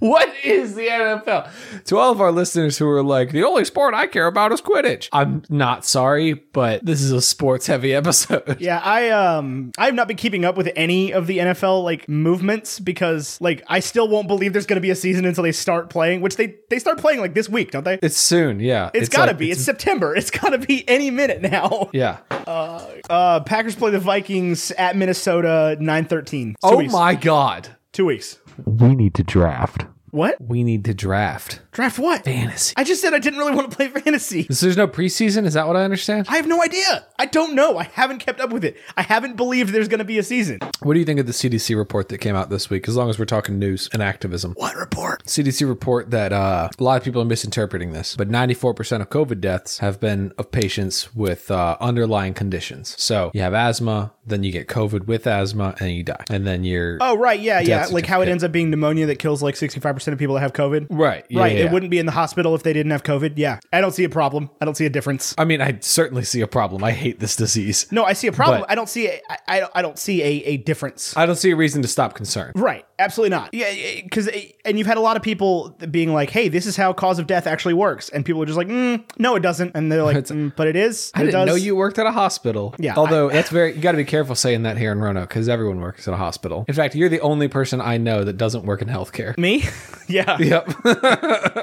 B: What is the NFL? To all of our listeners who are like, the only sport I care about is Quidditch. I'm not sorry, but this is a sports heavy episode.
C: Yeah, I um I have not been keeping up with any of the NFL like movements because like I still won't believe there's going to be a season until they start playing, which they they start playing like this week, don't they?
B: It's soon, yeah.
C: it's gotta
B: like-
C: be. It's, September. It's gotta be any minute now.
B: yeah.
C: Uh, Packers play the Vikings at Minnesota 9-13. Two
B: Oh
C: weeks.
B: my god.
C: Two weeks.
B: We need to draft.
C: What?
B: We need to draft.
C: Draft what?
B: Fantasy.
C: I just said I didn't really want to play fantasy.
B: So there's no preseason? Is that what I understand?
C: I have no idea. I don't know. I haven't kept up with it. I haven't believed there's gonna be a season.
B: What do you think of the CDC report that came out this week? As long as we're talking news and activism,
C: What report?
B: CDC report that uh, a lot of people are misinterpreting this, but 94% of COVID deaths have been of patients with uh, underlying conditions. So you have asthma, Then you get COVID with asthma and you die. And then you're.
C: Oh right, yeah, yeah.
B: Death
C: Like how it
B: certificate.
C: ends up being pneumonia that kills like sixty five percent of people that have COVID.
B: right. Yeah,
C: right.
B: yeah, yeah.
C: It wouldn't be in the hospital if they didn't have COVID. Yeah. I don't see a problem. I don't see a difference.
B: I mean, I certainly see a problem. I hate this disease.
C: No, I see a problem.
B: But-
C: I don't see a, I, I don't- I don't see a, a difference.
B: I don't see a reason to stop concern.
C: Right, absolutely not. Yeah, because and you've had a lot of people being like, "Hey, this is how cause of death actually works," and people are just like, mm, "No, it doesn't," and
B: <laughs>
C: they're like, "Mm, "But it is."
B: I
C: it
B: didn't
C: does.
B: know you worked at a hospital.
C: Yeah,
B: Although that's very, you got to be careful saying that here in Roanoke because everyone works at a hospital. In fact, you're the only person I know that doesn't work in healthcare. <laughs>
C: <laughs> me. <laughs> yeah,
B: Yep. <laughs>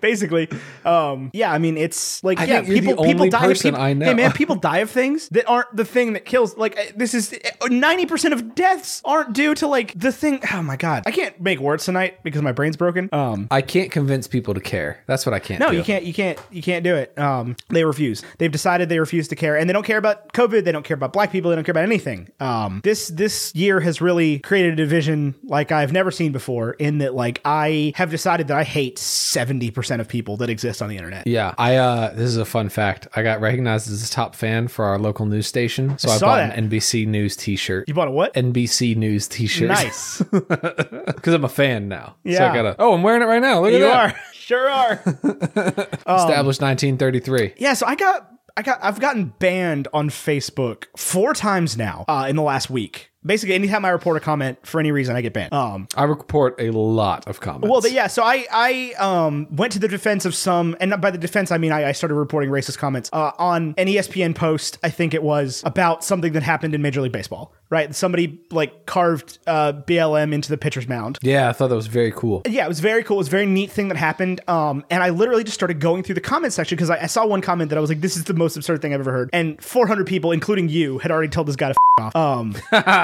C: basically. Um, yeah, I mean, it's like
B: I
C: yeah,
B: think you're the
C: people people
B: only
C: die of
B: person
C: people,
B: I know.
C: Hey
B: <laughs>
C: man, people die of things that aren't the thing that kills. Like uh, this is ninety percent of deaths aren't due to like the thing. Oh my god, I can't make words tonight because my brain's broken. Um,
B: I can't convince people to care. That's what I can't
C: No,
B: do.
C: you can't. You can't. You can't do it. Um, they refuse. They've decided they refuse to care, and they don't care about COVID. They don't care about Black people. They don't care about anything. Um, this this year has really created a division like I've never seen before. In that, like, I have decided that I hate seventy percent of people that exist on the internet.
B: Yeah, I uh this is a fun fact. I got recognized as a top fan for our local news station, so I,
C: saw
B: bought
C: that.
B: an NBC News t-shirt.
C: You bought a what?
B: NBC News t-shirt. <laughs>
C: Nice.
B: Cuz I'm a fan now. So
C: Yeah.
B: I got to Oh, I'm wearing it right now. Look
C: you
B: at
C: are. <laughs> Um, Sure are.
B: that. Established 1933.
C: Yeah, so I got I got I've gotten banned on Facebook four times now uh, in the last week. Basically, anytime I report a comment for any reason, I get banned. Um,
B: I report a lot of comments.
C: well, but yeah, so I I um went to the defense of some, and by the defense I mean I, I started reporting racist comments uh, on an ESPN post. I think it was about something that happened in Major League Baseball, right? Somebody like carved uh, BLM into the pitcher's mound.
B: yeah, I thought that was very cool.
C: Yeah, it was very cool. It was a very neat thing that happened. Um, and I literally just started going through the comment section because I, I saw one comment that I was like, "This is the most absurd thing I've ever heard." And 400 people, including you, had already told this guy to f- off. Um,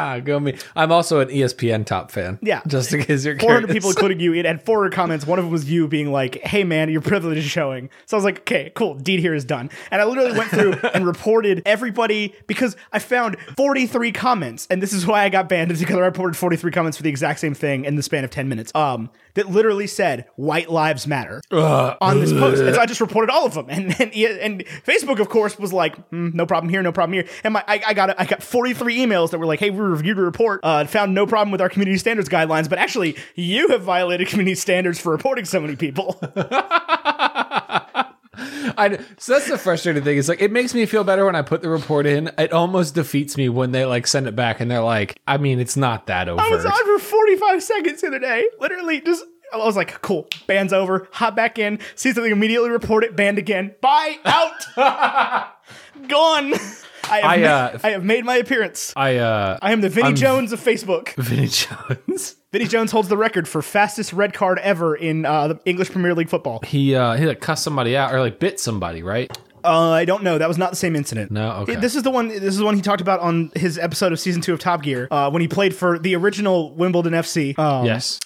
B: Ah, Go me. I'm also an E ESPN top fan.
C: Yeah.
B: Just in case you're
C: 400
B: curious.
C: people, including you, it had 400 comments. One of them was you being like, hey, man, your privilege is showing. So I was like, okay, cool. Deed here is done. And I literally went through and reported everybody because I found 43 comments. And this is why I got banned is because I reported 43 comments for the exact same thing in the span of 10 minutes. Um, that literally said, white lives matter on this post. And so I just reported all of them. And and, and Facebook, of course, was like, "Hmm, no problem here, no problem here. And my I, I got I got 43 emails that were like, hey, we reviewed a report, uh, and found no problem with our community standards guidelines, but actually, you have violated community standards for reporting so many people. <laughs>
B: I, so that's the frustrating thing. It's like it makes me feel better when I put the report in. It almost defeats me when they like send it back and they're like, I mean, it's not that overt.
C: I was on for 45 seconds the other day. Literally, just. I was like, cool, ban's over. Hop back in, see something, immediately report it, banned again. Bye, out,
B: <laughs>
C: gone. <laughs> I have,
B: I,
C: ma-
B: uh,
C: I have made my appearance.
B: I uh <laughs>
C: I am the Vinnie Jones of Facebook.
B: Vinny Jones.
C: Vinny Jones holds the record for fastest red card ever in uh, the English Premier League football.
B: He uh he like cussed somebody out or like bit somebody, right?
C: Uh, I don't know. That was not the same incident.
B: No, okay.
C: It- this is the one. This is the one he talked about on his episode of season two of Top Gear uh, when he played for the original Wimbledon FC. Um,
B: yes.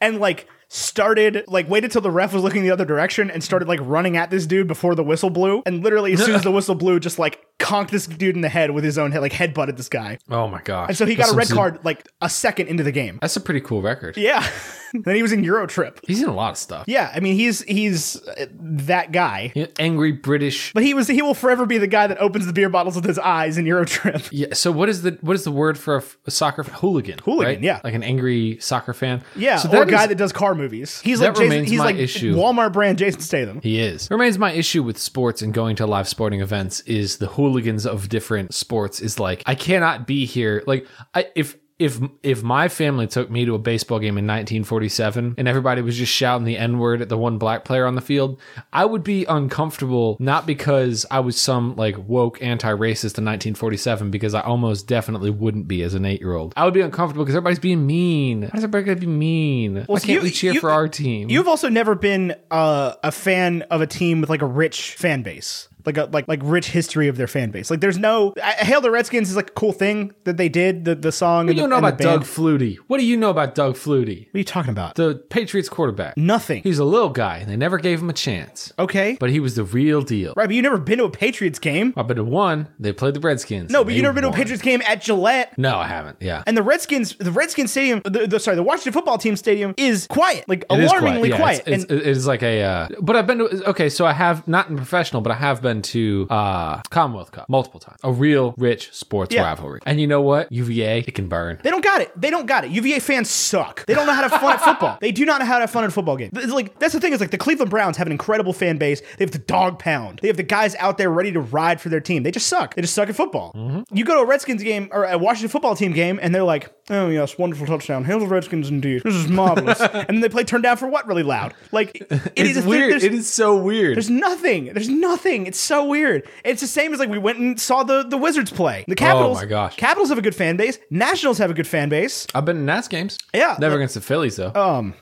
C: and like started like waited till the ref was looking the other direction and started like running at this dude before the whistle blew and literally as soon as the whistle blew just like conked this dude in the head with his own head like headbutted this guy
B: Oh my gosh.
C: so he got a red card like a second into the game
B: That's a pretty cool record.
C: yeah <laughs> then he was in euro trip
B: He's in a lot of stuff.
C: Yeah, I mean he's he's uh, that guy.
B: Yeah, Angry British.
C: But he was he will forever be the guy that opens the beer bottles with his eyes in Eurotrip. <laughs>
B: Yeah. So what is the what is the word for a, f- a soccer f- hooligan?
C: Hooligan,
B: right?
C: yeah.
B: Like an angry soccer fan.
C: Yeah,
B: So
C: or a
B: that
C: guy
B: is-
C: that does car movies. He's
B: That
C: like Jason,
B: remains
C: he's
B: my
C: like
B: issue.
C: Walmart brand Jason Statham.
B: He is. Remains my issue with sports and going to live sporting events is the hooligans of different sports is like I cannot be here. Like I if if if my family took me to a baseball game in 1947 and everybody was just shouting the n-word at the one black player on the field, I would be uncomfortable not because I was some like woke anti-racist in 1947 because I almost definitely wouldn't be as an 8-year-old. I would be uncomfortable because everybody's being mean. How does everybody gotta be mean? Why
C: so
B: can't
C: you-
B: we cheer
C: you-
B: for our team?
C: You've also never been uh, a fan of a team with like a rich fan base. Like a like like rich history of their fan base. Like there's no I, Hail the Redskins is like a cool thing that they did, the, the song and
B: You
C: the,
B: don't know
C: and the
B: about
C: band.
B: Doug Flutie. What do you know about Doug Flutie?
C: What are you talking about?
B: The Patriots quarterback.
C: Nothing.
B: He's a little guy, and they never gave him a chance.
C: okay.
B: But he was the real deal.
C: right, but you've never been to a Patriots game.
B: I've been to one. They played the Redskins.
C: No, but
B: They
C: you've never been to a
B: won.
C: Patriots game at Gillette.
B: No, I haven't. Yeah.
C: And the Redskins, the Redskins Stadium, the, the sorry, the Washington Football Team Stadium is quiet, like
B: It is
C: alarmingly quiet.
B: Yeah, it's- it's-
C: and
B: it is like a. Uh, but I've been to. Okay, so I have not in professional, but I have been been to uh, Commonwealth Cup multiple times. A real rich sports
C: Yeah.
B: rivalry. And you know what? UVA, it can burn.
C: They don't got it. They don't got it. UVA fans suck. They don't know how to have fun at
B: <laughs>
C: football. They do not know how to have fun at a football game. It's like that's the thing. Is like the Cleveland Browns have an incredible fan base. They have the dog pound. They have the guys out there ready to ride for their team. They just suck. They just suck at football.
B: Mm-hmm.
C: You go to a Redskins game or a Washington football team game, and they're like, "Oh yes, wonderful touchdown. Hail the Redskins indeed. This is
B: <laughs>
C: marvelous." and then they play "Turn Down for What" really loud. Like it
B: It's
C: is a thing-
B: weird.
C: there's-
B: It is so weird.
C: there's nothing. There's nothing. It's so weird. It's the same as like we went and saw the the Wizards play. The Capitals.
B: Oh my gosh.
C: Capitals have a good fan base. Nationals have a good fan base.
B: I've been in Nats games.
C: Yeah.
B: Never against the Phillies though.
C: Um,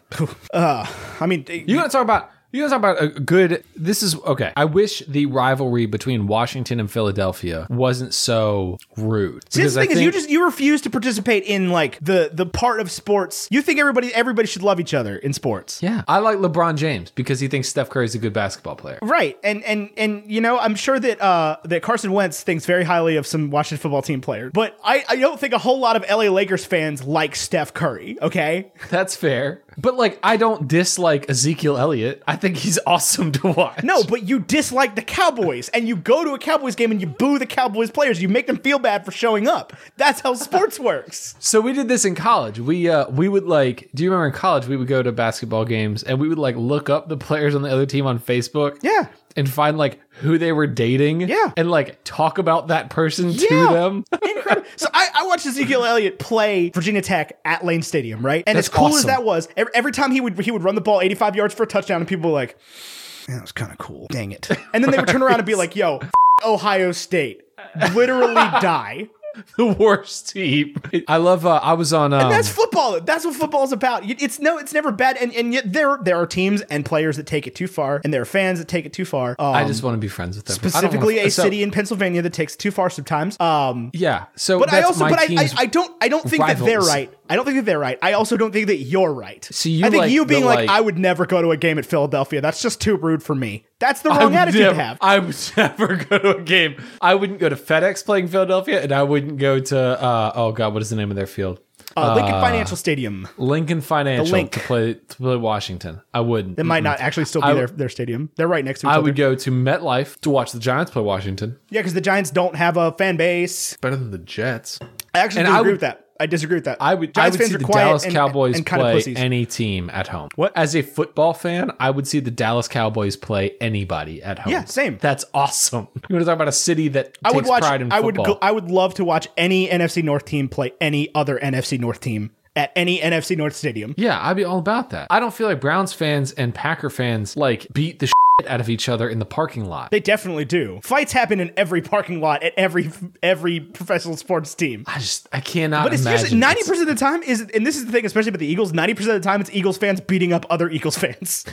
C: uh, I mean, they-
B: You want to talk about you want to talk about a good. This is okay. I wish the rivalry between Washington and Philadelphia wasn't so rude.
C: See,
B: Because
C: that's the
B: I
C: thing is, you
B: think-
C: just you refuse to participate in like the the part of sports. You think everybody everybody should love each other in sports.
B: yeah. I like LeBron James because he thinks Steph Curry's a good basketball player. <laughs>
C: Right, and and and you know, I'm sure that uh, that Carson Wentz thinks very highly of some Washington football team player, but I, I don't think a whole lot of LA Lakers fans like Steph Curry. Okay,
B: That's fair. But like, I don't dislike Ezekiel Elliott. I think he's <laughs> awesome to watch.
C: No, but you dislike the Cowboys and you go to a Cowboys game and you boo the Cowboys players. You make them feel bad for showing up. That's how sports works.
B: So we did this in college. We uh we would like. Do you remember in college we would go to basketball games and we would like look up the players on the other team on Facebook.
C: Yeah.
B: And find like who they were dating.
C: Yeah.
B: And like talk about that person
C: Yeah.
B: to them. <laughs>
C: Incredible. So I, I watched Ezekiel Elliott play Virginia Tech at Lane Stadium, right? And
B: That's
C: as cool as
B: awesome.
C: that was, every, every time he would he would run the ball 85 yards for a touchdown, and people were like, "Man, "That was kind of cool." Dang it! And then they would turn around and be like, "Yo, f- Ohio State, <laughs> literally die."
B: the worst team. I love. Uh, I was on. Um,
C: That's football. That's what football's about. You- It's no, it's never bad. And and yet there there are teams and players that take it too far, and there are fans that take it too far. Um,
B: I just want to be friends with them. I don't wanna-
C: specifically a
B: so-
C: city in Pennsylvania that takes it too far sometimes. Um,
B: Yeah. So,
C: but I
B: that's
C: also,
B: my
C: but I, I,
B: team's- <laughs>
C: I don't, I don't think that they're
B: rivals.
C: right. I don't think that they're right. I also don't think that you're right.
B: So you
C: I think
B: like
C: you
B: the,
C: being
B: like-
C: like, I would never go to a game at Philadelphia. That's just too rude for me. That's the wrong
B: I would
C: attitude
B: never,
C: to have.
B: I would <laughs> never go to a game. I wouldn't go to FedEx playing Philadelphia, and I wouldn't go to. Uh, oh God, what is the name of their field?
C: Uh, Lincoln Financial Stadium.
B: Lincoln Financial
C: Link.
B: to play to play Washington. I wouldn't.
C: It might not actually still be their, their stadium. They're right next to each
B: I
C: other.
B: would go to MetLife to watch the Giants play Washington.
C: yeah, because the Giants don't have a fan base.
B: Better than the Jets.
C: I actually
B: And I
C: disagree
B: would-
C: with that. I disagree with that.
B: I would, I
C: Giants
B: would see
C: fans
B: the
C: are quiet
B: Dallas
C: and-
B: Cowboys
C: and kind of
B: play
C: pussies.
B: any team at home.
C: What?
B: As a football fan, I would see the Dallas Cowboys play anybody at home.
C: Yeah, same.
B: That's awesome. <laughs> You want to talk about a city that
C: I
B: takes
C: would watch.
B: pride in
C: I would.
B: football?
C: Go, I would love to watch any NFC North team play any other NFC North team at any NFC North stadium.
B: yeah, I'd be all about that. I don't feel like Browns fans and Packer fans like beat the <laughs> shit out of each other in the parking lot.
C: They definitely do. Fights happen in every parking lot at every every professional sports team.
B: I just I cannot.
C: But it's seriously
B: imagine
C: ninety percent of the time is, and this is the thing, especially with the Eagles. Ninety percent of the time, it's Eagles fans beating up other Eagles
B: <laughs>
C: <laughs> fans.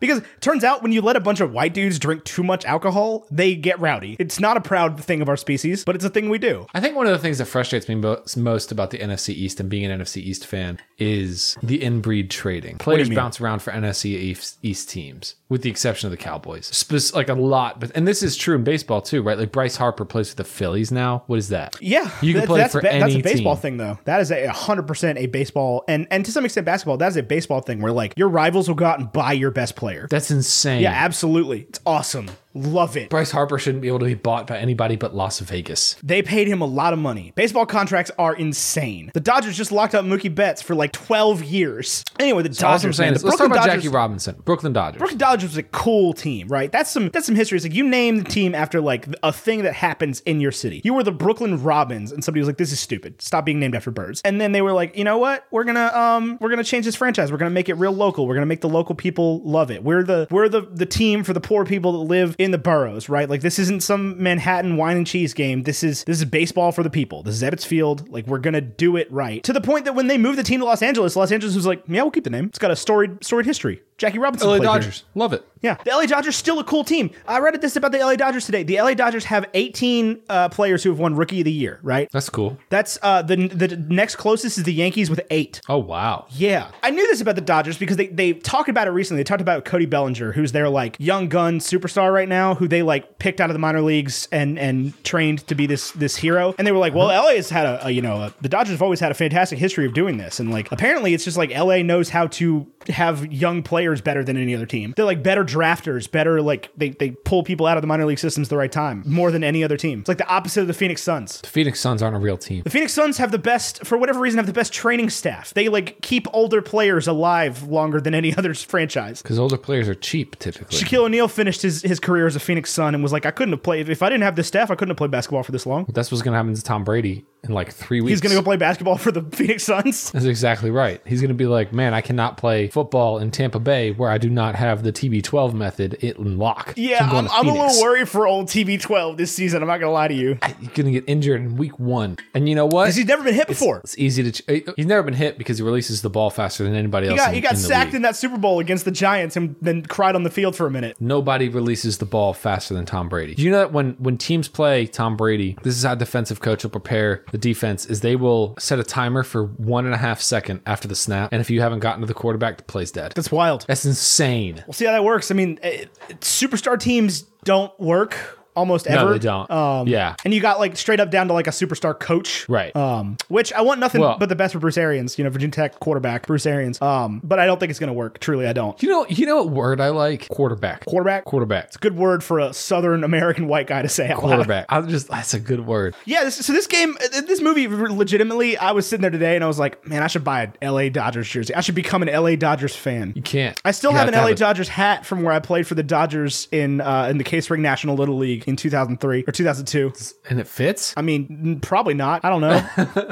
C: because it turns out when you let a bunch of white dudes drink too much alcohol, they get rowdy. It's not a proud thing of our species, but it's a thing we do.
B: I think one of the things that frustrates me mo- most about the NFC East and being an NFC East fan is the inbreed trading. Players
C: mean?
B: bounce around for NFC East, East teams, with the exception of the Cowboys. Spec- like a lot, but and this is true in baseball too, right? Like Bryce Harper plays with the Phillies now. What is that?
C: Yeah,
B: you can
C: that-
B: play
C: that's
B: for
C: ba-
B: any
C: That's a baseball
B: team.
C: thing, though. That is a hundred percent a baseball, and and to some extent basketball. That is a baseball thing where like your rivals will go out and buy your best player.
B: That's insane.
C: Yeah, absolutely. It's awesome. Love it.
B: Bryce Harper shouldn't be able to be bought by anybody but Las Vegas.
C: They paid him a lot of money. Baseball contracts are insane. The Dodgers just locked up Mookie Betts for like 12 years. Anyway, the
B: All I'm
C: Dodgers, man,
B: saying
C: the
B: is, let's talk
C: Brooklyn
B: about
C: Dodgers,
B: Jackie Robinson, Brooklyn Dodgers.
C: Brooklyn Dodgers was a cool team, right? That's some that's some history. It's like you name the team after like a thing that happens in your city. You were the Brooklyn Robins, and somebody was like, "This is stupid. Stop being named after birds." And then they were like, "You know what? We're gonna um we're gonna change this franchise. We're gonna make it real local. We're gonna make the local people love it. We're the we're the the team for the poor people that live in the boroughs, right? Like this isn't some Manhattan wine and cheese game. This is this is baseball for the people. This is Ebbets Field. Like we're gonna do it right. To the point that when they moved the team to Los Angeles, Los Angeles was like, "Yeah, we'll keep the name. It's got a storied storied history." Jackie Robinson.
B: LA
C: played here.
B: Dodgers, love it.
C: Yeah, the LA Dodgers still a cool team. I read this about the LA Dodgers today. The LA Dodgers have 18 uh, players who have won Rookie of the Year, right?
B: That's cool.
C: That's uh, the the next closest is the Yankees with eight.
B: Oh wow.
C: Yeah, I knew this about the Dodgers because they they talked about it recently. They talked about Cody Bellinger, who's their like young gun superstar right now, who they like picked out of the minor leagues and and trained to be this this hero. And they were like, well, LA has had a, a you know a, the Dodgers have always had a fantastic history of doing this, and like apparently it's just like LA knows how to have young players players better than any other team. They're like better drafters, better like they they pull people out of the minor league systems at the right time more than any other team. It's like the opposite of the Phoenix Suns.
B: The Phoenix Suns aren't a real team.
C: The Phoenix Suns have the best, for whatever reason, have the best training staff. They like keep older players alive longer than any <laughs> other franchise.
B: Because older players are cheap typically.
C: Shaquille O'Neal finished his, his career as a Phoenix Sun and was like, I couldn't have played if I didn't have this staff, I couldn't have played basketball for this long.
B: That's what's going to happen to Tom Brady in like three weeks.
C: He's gonna go play basketball for the <laughs> Phoenix Suns.
B: That's exactly right. He's going to be like, man, I cannot play football in Tampa Bay where I do not have the TB12 method it in lock. So
C: Yeah, I'm,
B: going to
C: I'm a
B: Phoenix.
C: little worried for old TB12 this season. I'm not gonna lie to you.
B: He's going to get injured in week one. And you know what?
C: 'Cause he's never been hit before.
B: It's easy to. Ch- uh, he's never been hit because he releases the ball faster than anybody
C: He
B: else.
C: got,
B: in,
C: he got
B: in the
C: sacked
B: league.
C: in that Super Bowl against the Giants and then cried on the field for a minute.
B: Nobody releases the ball faster than Tom Brady. You know that when when teams play Tom Brady, this is how defensive coach will prepare the defense. Is they will set a timer for one and a half second after the snap, and if you haven't gotten to the quarterback, the play's dead.
C: That's wild.
B: That's insane.
C: We'll see how that works. I mean, it, it- superstar teams don't work almost ever.
B: No, they don't.
C: Um,
B: yeah,
C: And you got like straight up down to like a superstar coach.
B: right.
C: Um, which I want nothing
B: Well-
C: but the best for Bruce Arians, you know, Virginia Tech quarterback, Bruce Arians. Um, but I don't think it's going to work. Truly, I don't.
B: you know, you know what word I like? Quarterback.
C: Quarterback?
B: Quarterback.
C: Good word for a Southern American white guy to say out loud.
B: Quarterback. I just that's a good word.
C: Yeah, this, so this game, uh, this movie, legitimately, I was sitting there today and I was like, man, I should buy an LA Dodgers jersey. I should become an LA Dodgers fan.
B: You can't.
C: I still
B: You
C: have an
B: to
C: LA
B: a-
C: Dodgers hat from where I played for the Dodgers in uh, in the K Spring National Little League in 2003 or 2002.
B: and it fits.
C: I mean, n- probably not. I don't know.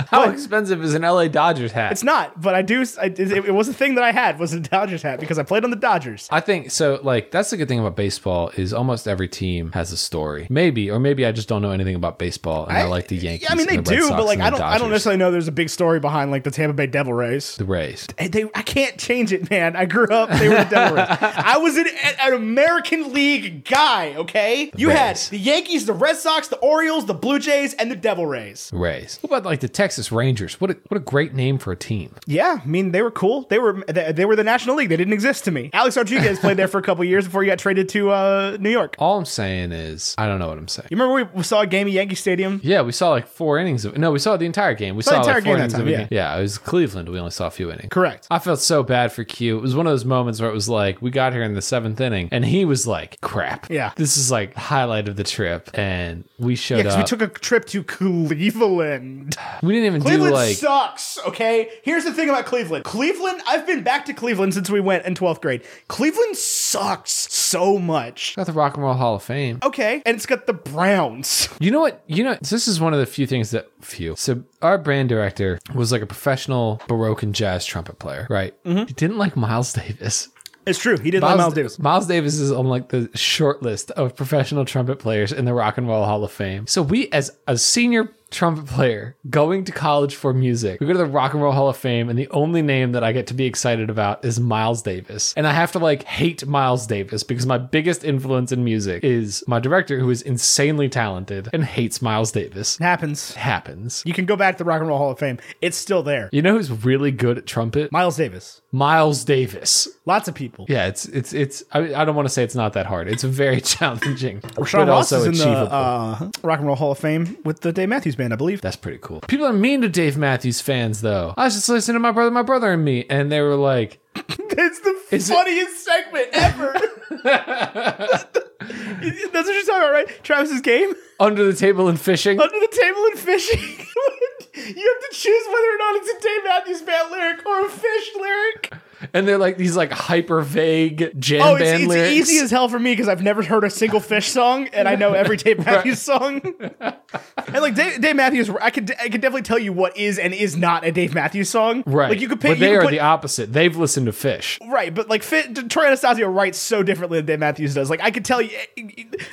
B: <laughs> How expensive is an LA Dodgers hat?
C: it's not, but I do. I, it, it was a thing that I had was a Dodgers hat because I played on the Dodgers.
B: I think so. Like that's the good thing about baseball is almost every team has a story. Maybe, or maybe I just don't know anything about baseball, and I, like the Yankees.
C: Yeah, I mean, they
B: and the Red
C: do,
B: Sox
C: but like
B: and
C: I
B: the
C: don't. I don't
B: Dodgers.
C: necessarily know there's a big story behind like the Tampa Bay Devil Rays.
B: the Rays.
C: Hey, They, I can't change it, man. I grew up. They were the
B: <laughs>
C: Devil Rays. I was an, an American League guy. Okay, you had
B: Rays.
C: the Yankees, the Red Sox, the Orioles, the Blue Jays, and the Devil Rays.
B: The Rays. What about like the Texas Rangers? What a, what a great name for a team.
C: Yeah, I mean they were cool. They were they, they were the National League. They didn't exist to me. Alex Rodriguez played there for a couple years before he got traded to uh, New York.
B: All I'm saying is I don't know what I'm saying.
C: You remember we saw a game at Yankee Stadium?
B: Yeah, we saw like four innings of no, we saw the entire game. We saw,
C: the entire
B: like four
C: game
B: innings
C: that
B: of
C: time,
B: a
C: yeah.
B: game. Yeah, it was Cleveland. We only saw a few innings.
C: Correct.
B: I felt so bad for Q. It was one of those moments where it was like, we got here in the seventh inning, and he was like, crap.
C: Yeah.
B: This is like highlight of the trip. And we showed
C: Because
B: up.
C: we took a trip to Cleveland.
B: We didn't even
C: Cleveland
B: do like
C: sucks, okay? Here's the thing about Cleveland. Cleveland, I've been back to Cleveland since we went in 12th grade. Cleveland sucks so much.
B: got the Rock and Roll Hall of Fame.
C: Okay, and it's got the Browns.
B: You know what? You know this is one of the few things that few. So our brand director was like a professional baroque and jazz trumpet player, right?
C: Mm-hmm.
B: He didn't like Miles Davis.
C: It's true. He did not Miles Davis.
B: Miles Davis is on like the short list of professional trumpet players in the Rock and Roll Hall of Fame. So we, as a senior trumpet player going to college for music, we go to the Rock and Roll Hall of Fame, and the only name that I get to be excited about is Miles Davis, and I have to like hate Miles Davis because my biggest influence in music is my director, who is insanely talented and hates Miles Davis.
C: It happens.
B: happens.
C: You can go back to the Rock and Roll Hall of Fame. It's still there.
B: You know who's really good at trumpet?
C: Miles Davis.
B: Miles Davis.
C: Lots of people.
B: Yeah, it's it's it's. I, I don't want to say it's not that hard. It's very <laughs> challenging,
C: Sean
B: but
C: Ross
B: also
C: is in
B: achievable.
C: the uh, Rock and Roll Hall of Fame with the Dave Matthews Band, I believe.
B: That's pretty cool. People are mean to Dave Matthews fans, though. I was just listening to my brother, my brother and me, and they were like,
C: It's the
B: <laughs> Is it-
C: funniest segment ever.
B: <laughs>
C: That's what you're talking about, right? Travis's game
B: "Under the table and fishing."
C: under the table and fishing. <laughs> you have to choose whether or not it's a Dave Matthews Band lyric or a fish lyric.
B: And they're like these like hyper vague jam
C: Oh, it's,
B: band
C: it's
B: lyrics.
C: easy as hell for me because I've never heard a single fish song, and I know every Dave
B: <laughs>
C: Matthews song. and like Dave, Dave Matthews, I could I could definitely tell you what is and is not a Dave Matthews song.
B: right?
C: Like you could pick.
B: but they
C: you could
B: are
C: put-
B: the opposite. They've listened to Fish.
C: Right, but like fit, Troy Anastasio writes so differently than Matthews does. Like I could tell you,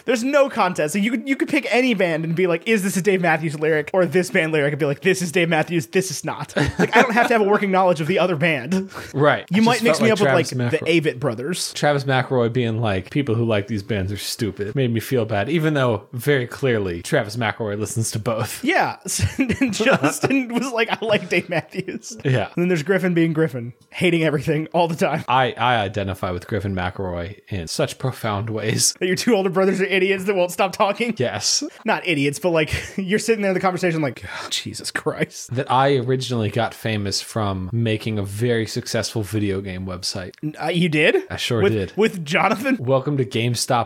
C: there's no contest. So you could you could pick any band and be like, is this a Dave Matthews lyric or this band lyric? And be like, this is Dave Matthews, this
B: <laughs>
C: is not. Like I don't have to have a working knowledge of the other band. You
B: Right? I
C: might
B: just
C: mix
B: felt
C: me up
B: Travis
C: with like
B: McElroy-
C: the Avett Brothers.
B: Travis McElroy being like, people who like these bands are stupid made me feel bad, even though very clearly Travis McElroy listens to both.
C: Yeah, <laughs>
B: <laughs>
C: and Justin was like, I like Dave Matthews. And
B: Yeah.
C: then there's Griffin being Griffin, hating everything all the time. <laughs>
B: I, I identify with Griffin McElroy in such profound ways. <laughs>
C: That your two older brothers are idiots that won't stop talking.
B: Yes.
C: Not idiots, but like <laughs> you're sitting there in the conversation, like, "Oh, Jesus Christ.
B: That I originally got famous from making a very successful video game website.
C: Uh, you did?
B: I sure
C: with,
B: did.
C: With Jonathan?
B: Welcome to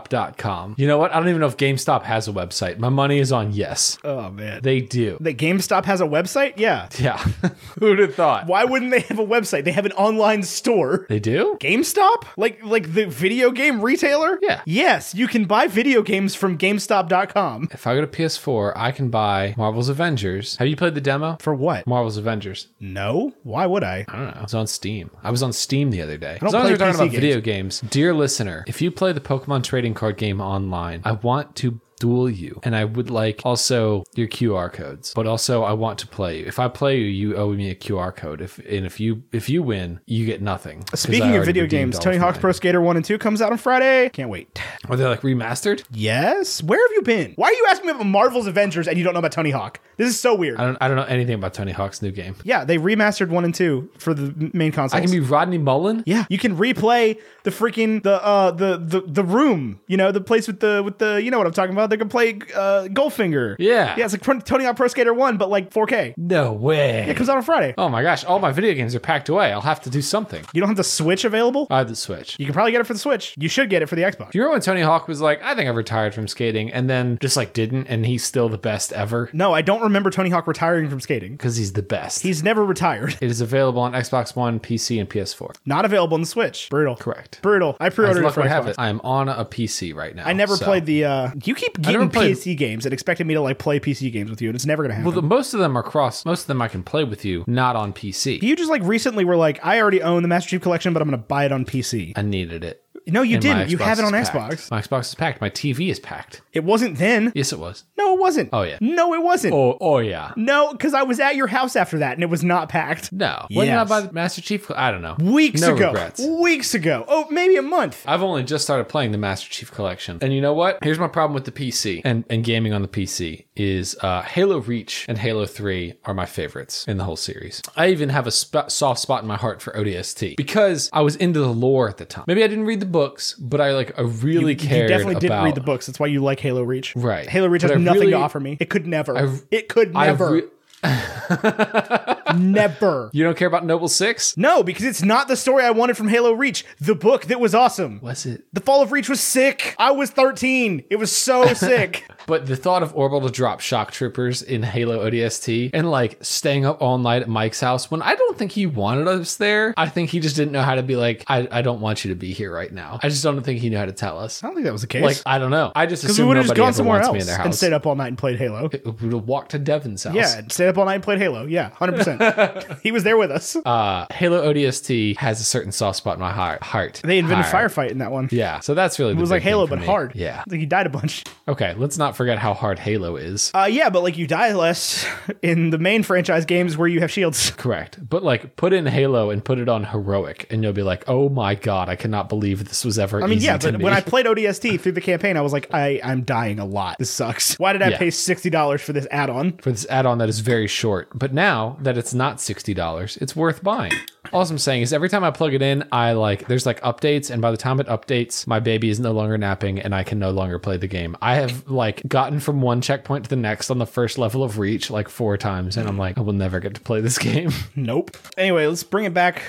B: GameStop.com. You know what? I don't even know if GameStop has a website. My money is on yes.
C: Oh, man.
B: They do.
C: That GameStop has a website? Yeah.
B: Yeah. <laughs> Who'd have thought?
C: Why wouldn't they have a website? They have an online store.
B: They do?
C: GameStop? Like like the video game retailer?
B: Yeah.
C: Yes, you can buy video games from GameStop.com.
B: If I go to PS4, I can buy Marvel's Avengers. Have you played the demo?
C: For what?
B: Marvel's Avengers.
C: No. Why would I?
B: I don't know. It's on Steam. I was on Steam the other day.
C: don't
B: As long as
C: play
B: we're talking
C: PC
B: about video games, dear listener, if you play the Pokemon trading card game online, I want to duel you and I would like also your QR codes. But also I want to play you. If I play you, you owe me a QR code. If and if you if you win, you get nothing. 'Cause I
C: Speaking of
B: already
C: video
B: redeemed
C: games,
B: all
C: Tony
B: of
C: Hawk's
B: mine.
C: Pro Skater 1 and 2 comes out on Friday. Can't wait.
B: Are they like remastered?
C: Yes? Where have you been? Why are you asking me about Marvel's Avengers and you don't know about Tony Hawk? This is so weird.
B: I don't I don't know anything about Tony Hawk's new game.
C: Yeah, they remastered 1 and 2 for the m- main console.
B: I can be Rodney Mullen?
C: yeah, you can replay the freaking the uh the, the the room, you know, the place with the with the you know what I'm talking about. They can play uh Goldfinger.
B: Yeah.
C: Yeah, it's like Pro- Tony Hawk Pro Skater 1 but like 4K.
B: No way.
C: It comes out on Friday.
B: Oh my gosh, all my video games are packed away. I'll have to do something.
C: You don't have the Switch available?
B: I have the Switch.
C: you can probably get it for the Switch. You should get it for the Xbox.
B: Do you remember when Tony Hawk was like, I think I've retired from skating, and then just like didn't, and he's still the best ever?
C: No, I don't remember Tony Hawk retiring from skating.
B: Because he's the best.
C: He's never retired. <laughs>
B: it is available on Xbox One, PC, and PS4.
C: Not available on the Switch. Brutal.
B: Correct.
C: Brutal. I
B: As
C: pre-ordered it
B: luck
C: for
B: would have
C: Xbox.
B: it, I am on a PC right now.
C: I never
B: so-
C: played the. uh You keep getting
B: never played-
C: PC games and expecting me to like play PC games with you, and it's never gonna happen.
B: Well, the, most of them are cross. Most of them I can play with you, not on PC.
C: you just like recently were like, I already own the Master Chief Collection, but I'm gonna buy it on PC.
B: I needed it.
C: No, you
B: And my
C: didn't. You
B: Xbox
C: have it
B: is
C: on
B: packed.
C: Xbox.
B: My Xbox is packed. My TV is packed.
C: It wasn't then.
B: Yes, it was.
C: No, it wasn't.
B: Oh, yeah.
C: No, it wasn't.
B: Oh, oh yeah.
C: No, because I was at your house after that, and it was not packed.
B: No. When did I
C: Yes.
B: buy the Master Chief? I don't know.
C: Weeks
B: no
C: ago.
B: Regrets.
C: Weeks ago. Oh, maybe a month.
B: I've only just started playing the Master Chief Collection. And you know what? Here's my problem with the PC and, and gaming on the PC is uh, Halo Reach and Halo 3 are my favorites in the whole series. I even have a sp- soft spot in my heart for ODST because I was into the lore at the time. Maybe I didn't read the books, but I like I really cared
C: You definitely didn't
B: about
C: read the books. That's why you like Halo Reach.
B: Right.
C: Halo Reach
B: But
C: has
B: I
C: nothing
B: really-
C: to offer me. It could never. it could
B: I
C: never.
B: re- <laughs>
C: never.
B: you don't care about Noble 6?
C: No, because it's not the story I wanted from Halo Reach, the book that was awesome.
B: Was it?
C: The Fall of Reach was sick. I was 13. It was
B: <laughs>
C: so sick.
B: But the thought of orbital drop shock troopers in Halo ODST and like staying up all night at Mike's house when I don't think he wanted us there. I think he just didn't know how to be like, I, I don't want you to be here right now. I just don't think he knew how to tell us.
C: I don't think that was the case.
B: Like, I don't know. I just
C: because we
B: assumed
C: would have
B: nobody
C: just gone
B: ever
C: somewhere
B: wants
C: else
B: me in their
C: and
B: house.
C: stayed up all night and played Halo.
B: we would have walked to Devin's house.
C: Yeah, and stayed up all night and played Halo. Yeah,
B: <laughs>
C: 100%. he was there with us.
B: Uh, Halo ODST has a certain soft spot in my heart. heart
C: they invented
B: Heart.
C: firefight in that one.
B: Yeah, so that's really
C: It was like Halo, but hard.
B: Yeah.
C: Like, he died a bunch.
B: Okay, let's not forget how hard Halo is.
C: Uh, yeah, but like you die less <laughs> in the main franchise games where you have shields.
B: Correct. But like put in Halo and put it on heroic and you'll be like, "Oh my god, I cannot believe this was ever
C: I mean, yeah,
B: to
C: but
B: me."
C: when I played ODST through the campaign, I was like, I, I'm dying a lot. This sucks. Why did I
B: Yeah.
C: pay $60 for this add
B: <laughs>
C: on?
B: for this add-on that is very short. But now that it's not $60, it's worth buying. All I'm saying is every time I plug it in, I like there's like updates and by the time it updates, my baby is no longer napping and I can no longer play the game. I have like gotten from one checkpoint to the next on the first level of Reach like four times and I'm like, I will never get to play this <laughs> game.
C: Nope. Anyway, let's bring it back.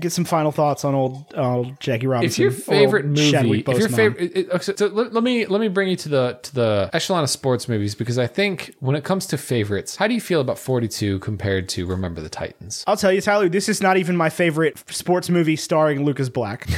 C: Get some final thoughts on old, old Jackie
B: if
C: Robinson.
B: your favorite
C: old
B: movie,
C: Chadwick
B: if your
C: Boseman.
B: favorite, it- it- so let, let me let me bring you to the to the echelon of sports movies because I think when it comes to favorites, how do you feel about Forty Two compared to Remember the Titans?
C: I'll tell you, Tyler, this is not even my favorite sports movie starring
B: <laughs>
C: Lucas Black.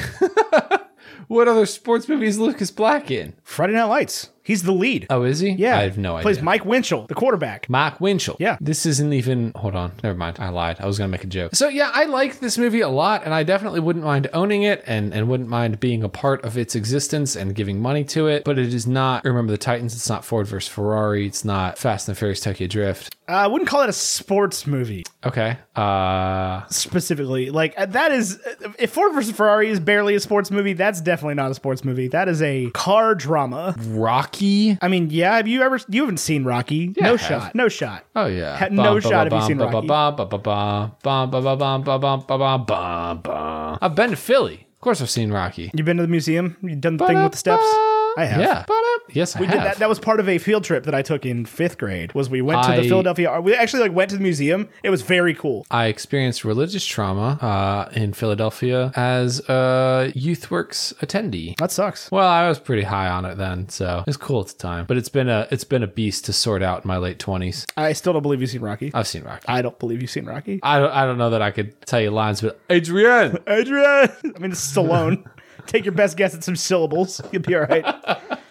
B: What other sports movie is Lucas Black in?
C: Friday Night Lights. He's the lead.
B: Oh, is he?
C: yeah.
B: I have no
C: Plays
B: idea.
C: Mike Winchell, the quarterback.
B: Mark Winchell.
C: Yeah.
B: This isn't even. Hold on. Never mind. I lied. I was going to make a joke. So, yeah, I like this movie a lot, and I definitely wouldn't mind owning it and, and wouldn't mind being a part of its existence and giving money to it. But it is not Remember the Titans. It's not Ford versus Ferrari. It's not Fast and the Furious Tokyo Drift.
C: Uh, I wouldn't call it a sports movie
B: Okay. Uh
C: specifically. Like, uh, that is, uh, if Ford vs. Ferrari is barely a sports movie, that's definitely not a sports movie. That is a car drama.
B: Rock Rocky.
C: I mean, yeah. Have you ever? You haven't seen Rocky?
B: Yeah, I
C: no
B: have.
C: shot. No shot.
B: Oh yeah.
C: Had no shot if you've seen Rocky.
B: Rocky. I've been to Philly. Of course I've seen Rocky.
C: You've been to the museum. You've done the thing with the steps. I have.
B: Yeah. Yes, I
C: We did that.
B: have.
C: That was part of a field trip that I took in fifth grade. Was we went to
B: I-
C: the Philadelphia? We actually like went to the museum. It was very cool.
B: I experienced religious trauma uh, in Philadelphia as a YouthWorks attendee.
C: That sucks.
B: Well, I was pretty high on it then, so it's cool at the time. But it's been a it's been a beast to sort out in my late twenties.
C: I still don't believe you've seen Rocky.
B: I've seen Rocky.
C: I don't believe you've seen Rocky.
B: I don't, I don't know that I could tell you lines, but Adrian.
C: Adrian. I mean, it's Stallone. <laughs> Take your best guess at some syllables. You'll be all right.
B: <laughs>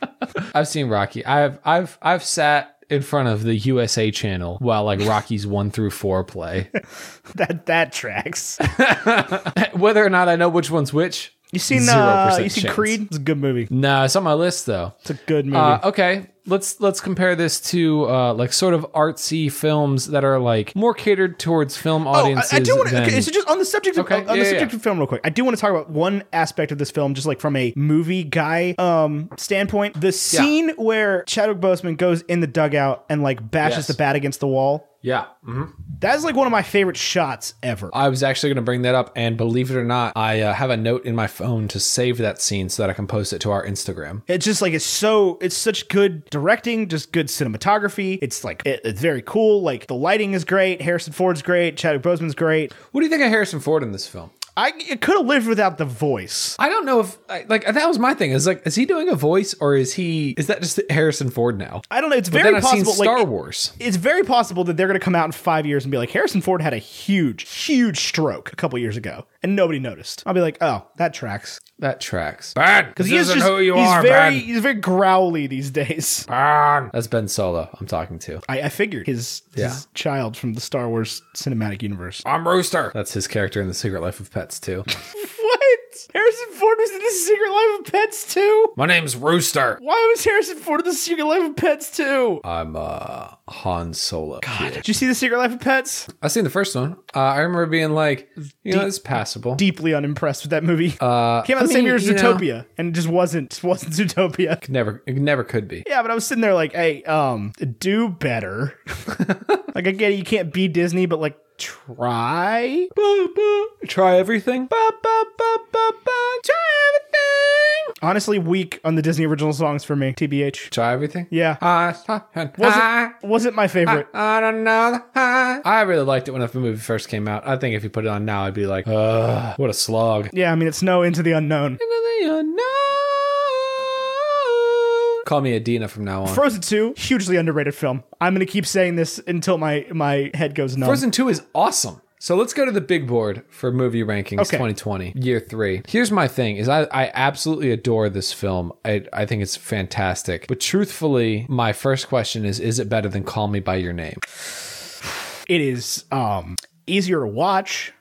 B: I've seen Rocky. I've I've I've sat in front of the USA channel while like Rocky's one through four play. <laughs>
C: That that tracks.
B: Whether or not I know which one's which,
C: You seen uh,
B: 0%
C: you seen
B: chance.
C: Creed? It's a good movie.
B: no, it's on my list though.
C: It's a good movie.
B: Uh, okay, let's let's compare this to uh, like sort of artsy films that are like more catered towards film
C: Oh, I,
B: audiences.
C: I do want to.
B: than-
C: Okay, so just on the subject of
B: Okay,
C: on
B: yeah,
C: the
B: yeah,
C: subject
B: yeah.
C: of film, real quick, I do want to talk about one aspect of this film, just like from a movie guy um standpoint. The scene where Chadwick Boseman goes in the dugout and like bashes
B: Yes.
C: the bat against the wall.
B: yeah. mhm.
C: That is like one of my favorite shots ever.
B: I was actually going to bring that up, and believe it or not, I uh, have a note in my phone to save that scene so that I can post it to our Instagram.
C: It's just like it's so it's such good directing, just good cinematography. It's like it, it's very cool. Like the lighting is great. Harrison Ford's great. Chadwick Boseman's great.
B: What do you think of Harrison Ford in this film?
C: I could have lived without the voice.
B: I don't know if I- like that was my thing. Is like, is he doing a voice or is he is that just Harrison Ford now?
C: I don't know. It's
B: But
C: very
B: then I've
C: possible.
B: seen Star
C: like,
B: Wars.
C: it's very possible that they're going to come out in five years and be like, Harrison Ford had a huge, huge stroke a couple years ago, and nobody noticed. I'll be like, oh, that tracks.
B: That tracks. Bad, because
C: He is just he's very he's very growly these days. <laughs>
B: That's Ben Solo. I'm talking to.
C: I, I figured his
B: Yeah.
C: his child from the Star Wars cinematic universe. <laughs>
B: I'm Rooster. That's his character in The Secret Life of Pets too.
C: What? Harrison Ford was in the Secret Life of Pets too.
B: <laughs> my name's Rooster.
C: Why was Harrison Ford in the Secret Life of Pets too?
B: I'm uh Han Solo.
C: Did you see the Secret Life of Pets?
B: I've seen the first one. Uh, I remember being like, you know, it's passable.
C: Deeply unimpressed with that movie.
B: Uh,
C: Came out
B: I
C: the same
B: mean,
C: year as
B: you know,
C: Zootopia, and it just wasn't just wasn't <laughs> Zootopia.
B: never, it never could be.
C: Yeah, but I was sitting there like, hey, um, do
B: <laughs>
C: better. like I get it, you can't be Disney, but like try.
B: Ba, ba, try everything. Ba, ba, ba, ba, ba, try everything.
C: Honestly, weak on the Disney original songs for me. TBH.
B: Try everything.
C: Yeah.
B: Uh,
C: Wasn't wasn't my favorite.
B: Ah. I don't know. I really liked it when the movie first came out. I think if you put it on now, I'd be like, Ugh, what a slog.
C: Yeah, I mean it's no into the unknown.
B: Call me Adina from now on.
C: Frozen 2, hugely underrated film. I'm gonna keep saying this until my my head goes numb.
B: Frozen 2 is awesome. So let's go to the big board for movie rankings
C: Okay.
B: 2020, year three. Here's my thing is I, I absolutely adore this film. I, I think it's fantastic. But truthfully, my first question is, is it better than Call Me By Your Name? <laughs>
C: It is um easier to watch.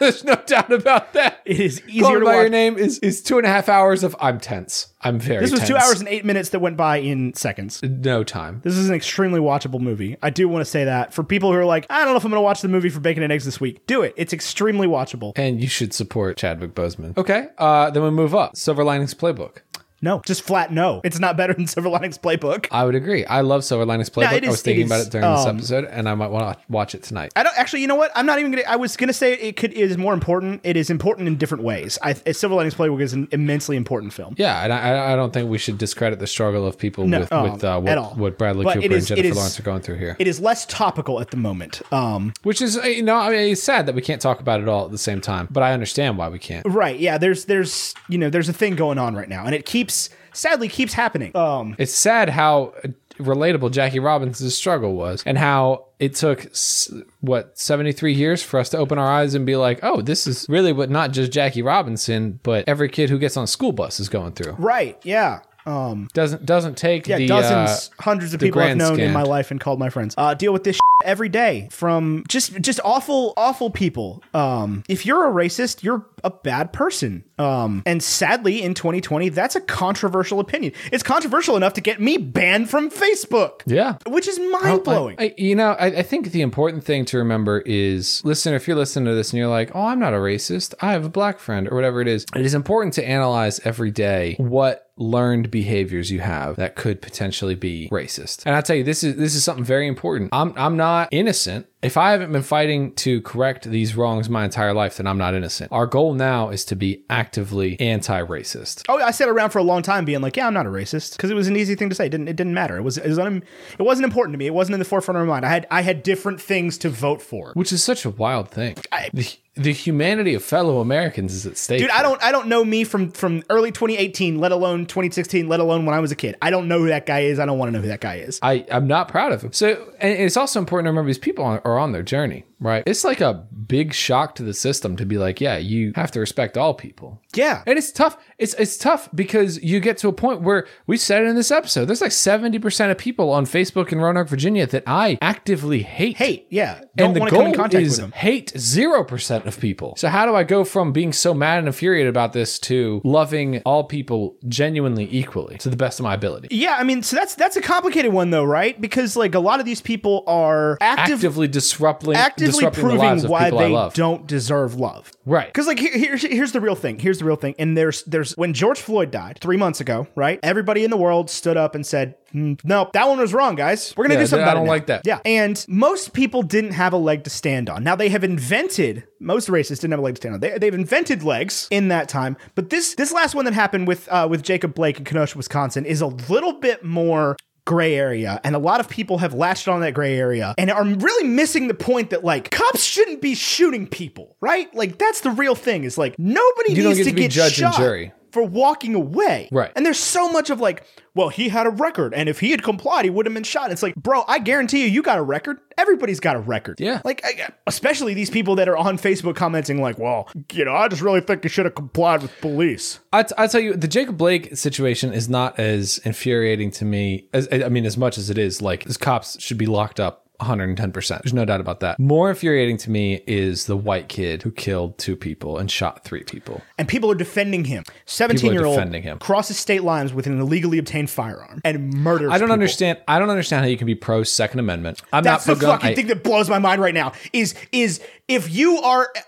B: There's no doubt about that.
C: It is
B: Call
C: easier
B: Me
C: to
B: By Your
C: watch.
B: Name is, is two and a half hours of I'm tense. I'm very
C: This was two
B: tense.
C: hours and eight minutes that went by in seconds.
B: No time.
C: This is an extremely watchable movie. I do want to say that for people who are like, I don't know if I'm going to watch the movie for Bacon and Eggs this week. Do it. It's extremely watchable.
B: And you should support Chadwick Boseman. Okay, uh, then we move up. Silver Linings Playbook.
C: No, just flat no. It's not better <laughs> than Silver Linings Playbook.
B: I would agree. I love Silver Linings Playbook.
C: it
B: I was
C: is- it
B: thinking about
C: is,
B: it during this
C: um,
B: episode, and I might want to watch it tonight.
C: I don't actually. You know what? I'm not even gonna. I was gonna say it could is more important. It is important in different ways. I, Silver Linings Playbook is an immensely important film.
B: Yeah, and I, I- I don't think we should discredit the struggle of people with,
C: um,
B: with uh,
C: at all.
B: what, what Bradley
C: But it
B: Cooper
C: is- it
B: and Jennifer
C: is-
B: Lawrence are going through here,
C: It is less topical at the moment. Um,
B: which is uh, you know I mean it's sad that we can't talk about it all at the same time, but I understand why we can't.
C: right? Yeah. There's there's you know there's a thing going on right now, and it keeps sadly keeps happening. Um,
B: It's sad how uh, relatable Jackie Robinson's struggle was, and how it took s- what seventy three years for us to open our eyes and be like, oh, this is really what not just Jackie Robinson, but every kid who gets on a school bus is going through.
C: right. Yeah. Um,
B: Doesn't doesn't take
C: Yeah,
B: the
C: dozens,
B: uh,
C: hundreds of
B: the
C: people I've
B: grand
C: known in
B: scam.
C: my life and called my friends. Uh, deal with this every day from just just awful awful people. Um, if you're a racist, you're a bad person. Um, and sadly, in 2020, that's a controversial opinion. It's controversial enough to get me banned from Facebook.
B: Yeah.
C: which is mind blowing.
B: I, you know, I, I think the important thing to remember is listen, if you're listening to this and you're like, oh, I'm not a racist, I have a black friend or whatever it is, it is important to analyze every day what learned behaviors you have that could potentially be racist. And I'll tell you, this is this is something very important. I'm I'm not innocent. If I haven't been fighting to correct these wrongs my entire life, then I'm not innocent. Our goal now is to be actively anti-racist.
C: Oh, I sat around for a long time being like, "Yeah, I'm not a racist," because it was an easy thing to say. It didn't it? Didn't matter. It was it, was un, it wasn't important to me. It wasn't in the forefront of my mind. I had I had different things to vote for.
B: Which is such a wild thing. the, the humanity of fellow Americans is at stake.
C: Dude, I don't I don't know me from from early 2018, let alone 2016, let alone when I was a kid. I don't know who that guy is. I don't want to know who that guy is.
B: I, I'm not proud of him. So, and it's also important to remember these people are- are on their journey, right? It's like a big shock to the system to be like, yeah, you have to respect all people.
C: Yeah.
B: And it's tough. It's it's tough because you get to a point where we said it in this episode. There's like 70% of people on Facebook in Roanoke, Virginia that I actively hate.
C: Hate, yeah.
B: And
C: Don't
B: the
C: want to
B: goal
C: come in contact
B: is
C: with them.
B: hate zero percent of people. So how do I go from being so mad and infuriated about this to loving all people genuinely equally to the best of my ability?
C: Yeah, I mean, so that's that's a complicated one though, right? Because like a lot of these people are active,
B: actively disrupting,
C: actively
B: disrupting the lives
C: proving
B: of
C: why
B: people I
C: they
B: love.
C: don't deserve love.
B: right.
C: Because like here, here's here's the real thing. Here's the real thing. And there's there's when George Floyd died three months ago, right? Everybody in the world stood up and said, "Mm, "No, that one was wrong, guys. We're gonna
B: Yeah,
C: do something."
B: I
C: about it
B: don't
C: now."
B: like that.
C: Yeah. And most people didn't have a leg to stand on. Now they have invented. Most racists didn't have a leg to stand on. They, they've invented legs in that time. But this this last one that happened with uh, with Jacob Blake in Kenosha, Wisconsin, is a little bit more gray area and a lot of people have latched on that gray area and are really missing the point that like cops shouldn't be shooting people right like that's the real thing is like nobody
B: You don't
C: needs
B: get
C: to,
B: to be
C: get
B: judge and
C: shot
B: jury.
C: for walking away.
B: Right.
C: And there's so much of like, well, he had a record, and if he had complied, he would have been shot. It's like, bro, I guarantee you, you got a record. Everybody's got a record.
B: Yeah.
C: Like, I, especially these people that are on Facebook commenting, like, well, you know, I just really think you should have complied with police.
B: I, t- I tell you, the Jacob Blake situation is not as infuriating to me as I mean, as much as it is like his cops should be locked up 110. percent There's no doubt about that. More infuriating to me is the white kid who killed two people and shot three people.
C: And people are defending him. 17 year old
B: defending him.
C: crosses state lines with an illegally obtained firearm and murders
B: I don't
C: people.
B: understand. I don't understand how you can be pro Second Amendment. I'm
C: That's
B: not
C: the
B: pro gun.
C: fucking
B: I-
C: thing that blows my mind right now is, is if you are. uh,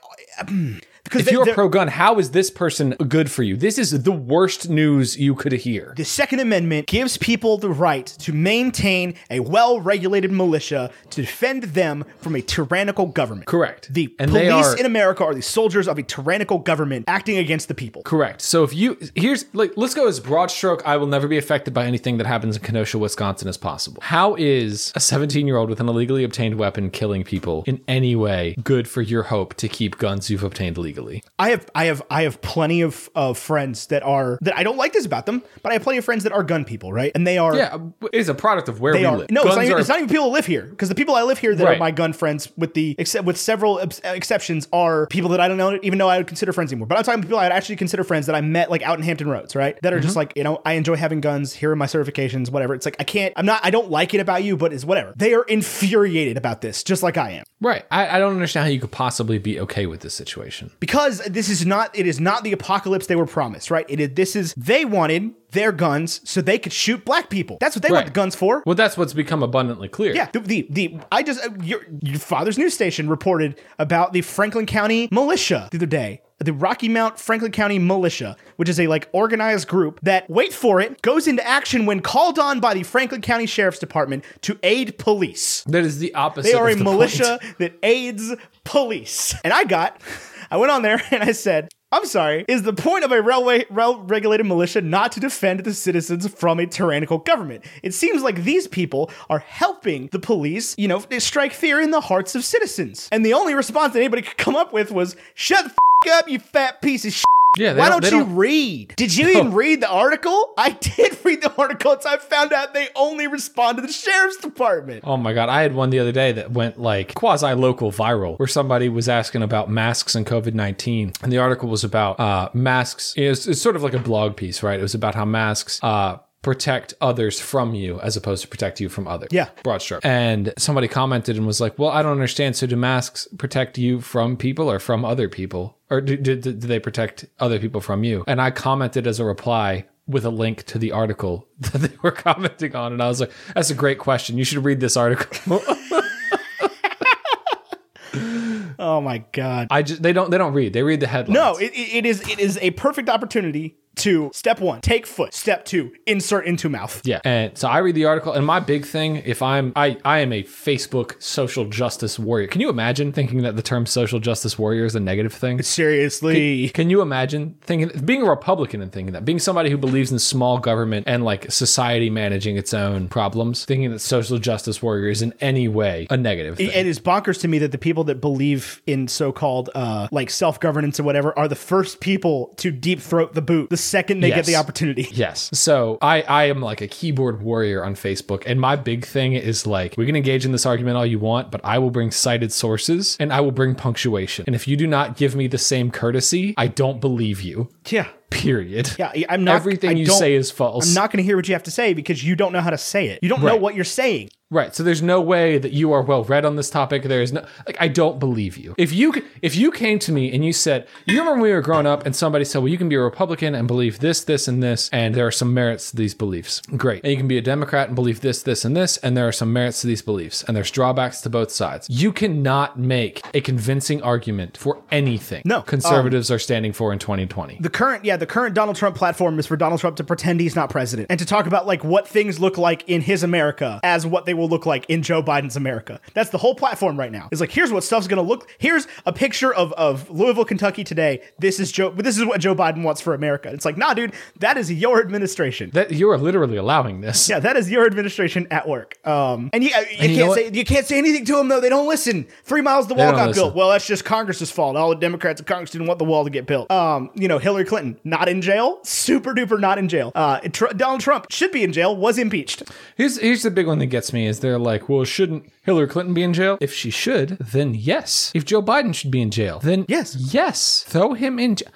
C: mm, Because
B: if you're pro gun, how is this person good for you? This is the worst news you could hear.
C: The Second Amendment gives people the right to maintain a well regulated militia to defend them from a tyrannical government.
B: Correct.
C: The
B: And they
C: police
B: are-
C: in America are the soldiers of a tyrannical government acting against the people.
B: Correct. So if you here's like let's go as broad stroke, I will never be affected by anything that happens in Kenosha, Wisconsin as possible. How is a 17-year-old with an illegally obtained weapon killing people in any way good for your hope to keep guns you've obtained legally?
C: I have I have I have plenty of, of friends that are that I don't like this about them, but I have plenty of friends that are gun people, right? And they are
B: Yeah, it's a product of where
C: They
B: we
C: are,
B: live.
C: no, it's
B: guns
C: not, even,
B: are-
C: it's not even people that live here because the people I live here that are
B: Right.
C: my gun friends, with the except with several ex- exceptions, are people that I don't know even know I would consider friends anymore. But I'm talking people I'd actually consider friends that I met like out in Hampton Roads, right? That are
B: Mm-hmm.
C: just like you know I enjoy having guns. Here are my certifications, whatever. It's like I can't, I'm not, I don't like it about you, but it's whatever. They are infuriated about this, just like I am,
B: right. I, I don't understand how you could possibly be okay with this situation.
C: because this is not it is not the apocalypse they were promised, right? It is this is they wanted their guns so they could shoot black people. That's what they want
B: Right.
C: the guns for.
B: Well, that's what's become abundantly clear.
C: Yeah, the, the, the I just uh, your your father's news station reported about the Franklin County militia the other day. The Rocky Mount Franklin County Militia, which is a like organized group that wait for it goes into action when called on by the Franklin County Sheriff's Department to aid police.
B: That is the opposite.
C: They are a
B: of the point.
C: militia that aids police. And I got, I went on there <laughs> and I said, I'm sorry, is the point of a railway rail regulated militia not to defend the citizens from a tyrannical government? It seems like these people are helping the police, you know, strike fear in the hearts of citizens. And the only response that anybody could come up with was, shut the f- up, you fat piece of shit.
B: <laughs> Yeah, they
C: Why
B: don't-
C: don't,
B: they
C: you
B: don't-
C: read? Did you even read the article? I <laughs> did read the article. It's I found out they only respond to the sheriff's department.
B: Oh my god, I had one the other day that went like quasi local viral where somebody was asking about masks and COVID-19 and the article was about uh masks it's, it's sort of like a blog piece, right? It was about how masks uh protect others from you as opposed to protect you from others.
C: Yeah.
B: Broad stroke. And somebody commented and was like, well, I don't understand. So do masks protect you from people or from other people? Or do, do, do they protect other people from you? And I commented as a reply with a link to the article <laughs> that they were commenting on. And I was like, that's a great question. You should read this article. <laughs>
C: Oh my god.
B: I just, they don't, they don't read. They read the headlines.
C: No, it, it it is it is a perfect opportunity to step one, take foot. Step two, insert into mouth.
B: Yeah. And so I read the article and my big thing, if I'm I, I am a Facebook social justice warrior. Can you imagine thinking that the term social justice warrior is a negative thing?
C: Seriously.
B: Can you imagine thinking being a Republican and thinking that? Being somebody who believes in small government and like society managing its own problems, thinking that social justice warrior is in any way a negative thing.
C: It is bonkers to me that the people that believe in so-called uh, like self-governance or whatever are the first people to deep throat the boot the second they get
B: Yes.
C: the opportunity.
B: Yes. So I, I am like a keyboard warrior on Facebook. And my big thing is like, we can engage in this argument all you want, but I will bring cited sources and I will bring punctuation. And if you do not give me the same courtesy, I don't believe you.
C: Yeah.
B: Period.
C: Yeah, I- I'm not I
B: Everything you
C: don't-
B: say is false.
C: I'm not going to hear what you have to say because you don't know how to say it. You don't know
B: Right.
C: what you're saying.
B: right. So there's no way that you are well read on this topic. There is no like I don't believe you. If you if you came to me and you said, you remember when we were growing up and somebody said, well, you can be a Republican and believe this, this, and this, and there are some merits to these beliefs. Great. And you can be a Democrat and believe this, this, and this, and there are some merits to these beliefs, and there's drawbacks to both sides. You cannot make a convincing argument for anything.
C: No.
B: Conservatives are standing for in 2020.
C: The current, yeah, the current Donald Trump platform is for Donald Trump to pretend he's not president and to talk about like what things look like in his America as what they will look like in Joe Biden's America. That's the whole platform right now. It's like here's what stuff's going to look. Here's a picture of of Louisville, Kentucky today. This is Joe. This is what Joe Biden wants for America. It's like, nah, dude, that is your administration.
B: that you are literally allowing this.
C: yeah, that is your administration at work. Um, and you, uh,
B: you
C: you
B: know
C: can't
B: what?
C: say you can't say anything to them though. They don't listen. Three miles the wall
B: don't
C: got
B: listen.
C: built. Well, that's just Congress's fault. All the Democrats in Congress didn't want the wall to get built. Um, you know, Hillary Clinton not in jail, super duper not in jail. Uh, tr- Donald Trump should be in jail, was impeached.
B: Here's here's the big one that gets me is they're like, well, shouldn't Hillary Clinton be in jail? If she should, then yes. If Joe Biden should be in jail, then
C: Yes.
B: yes. Throw him in. jail.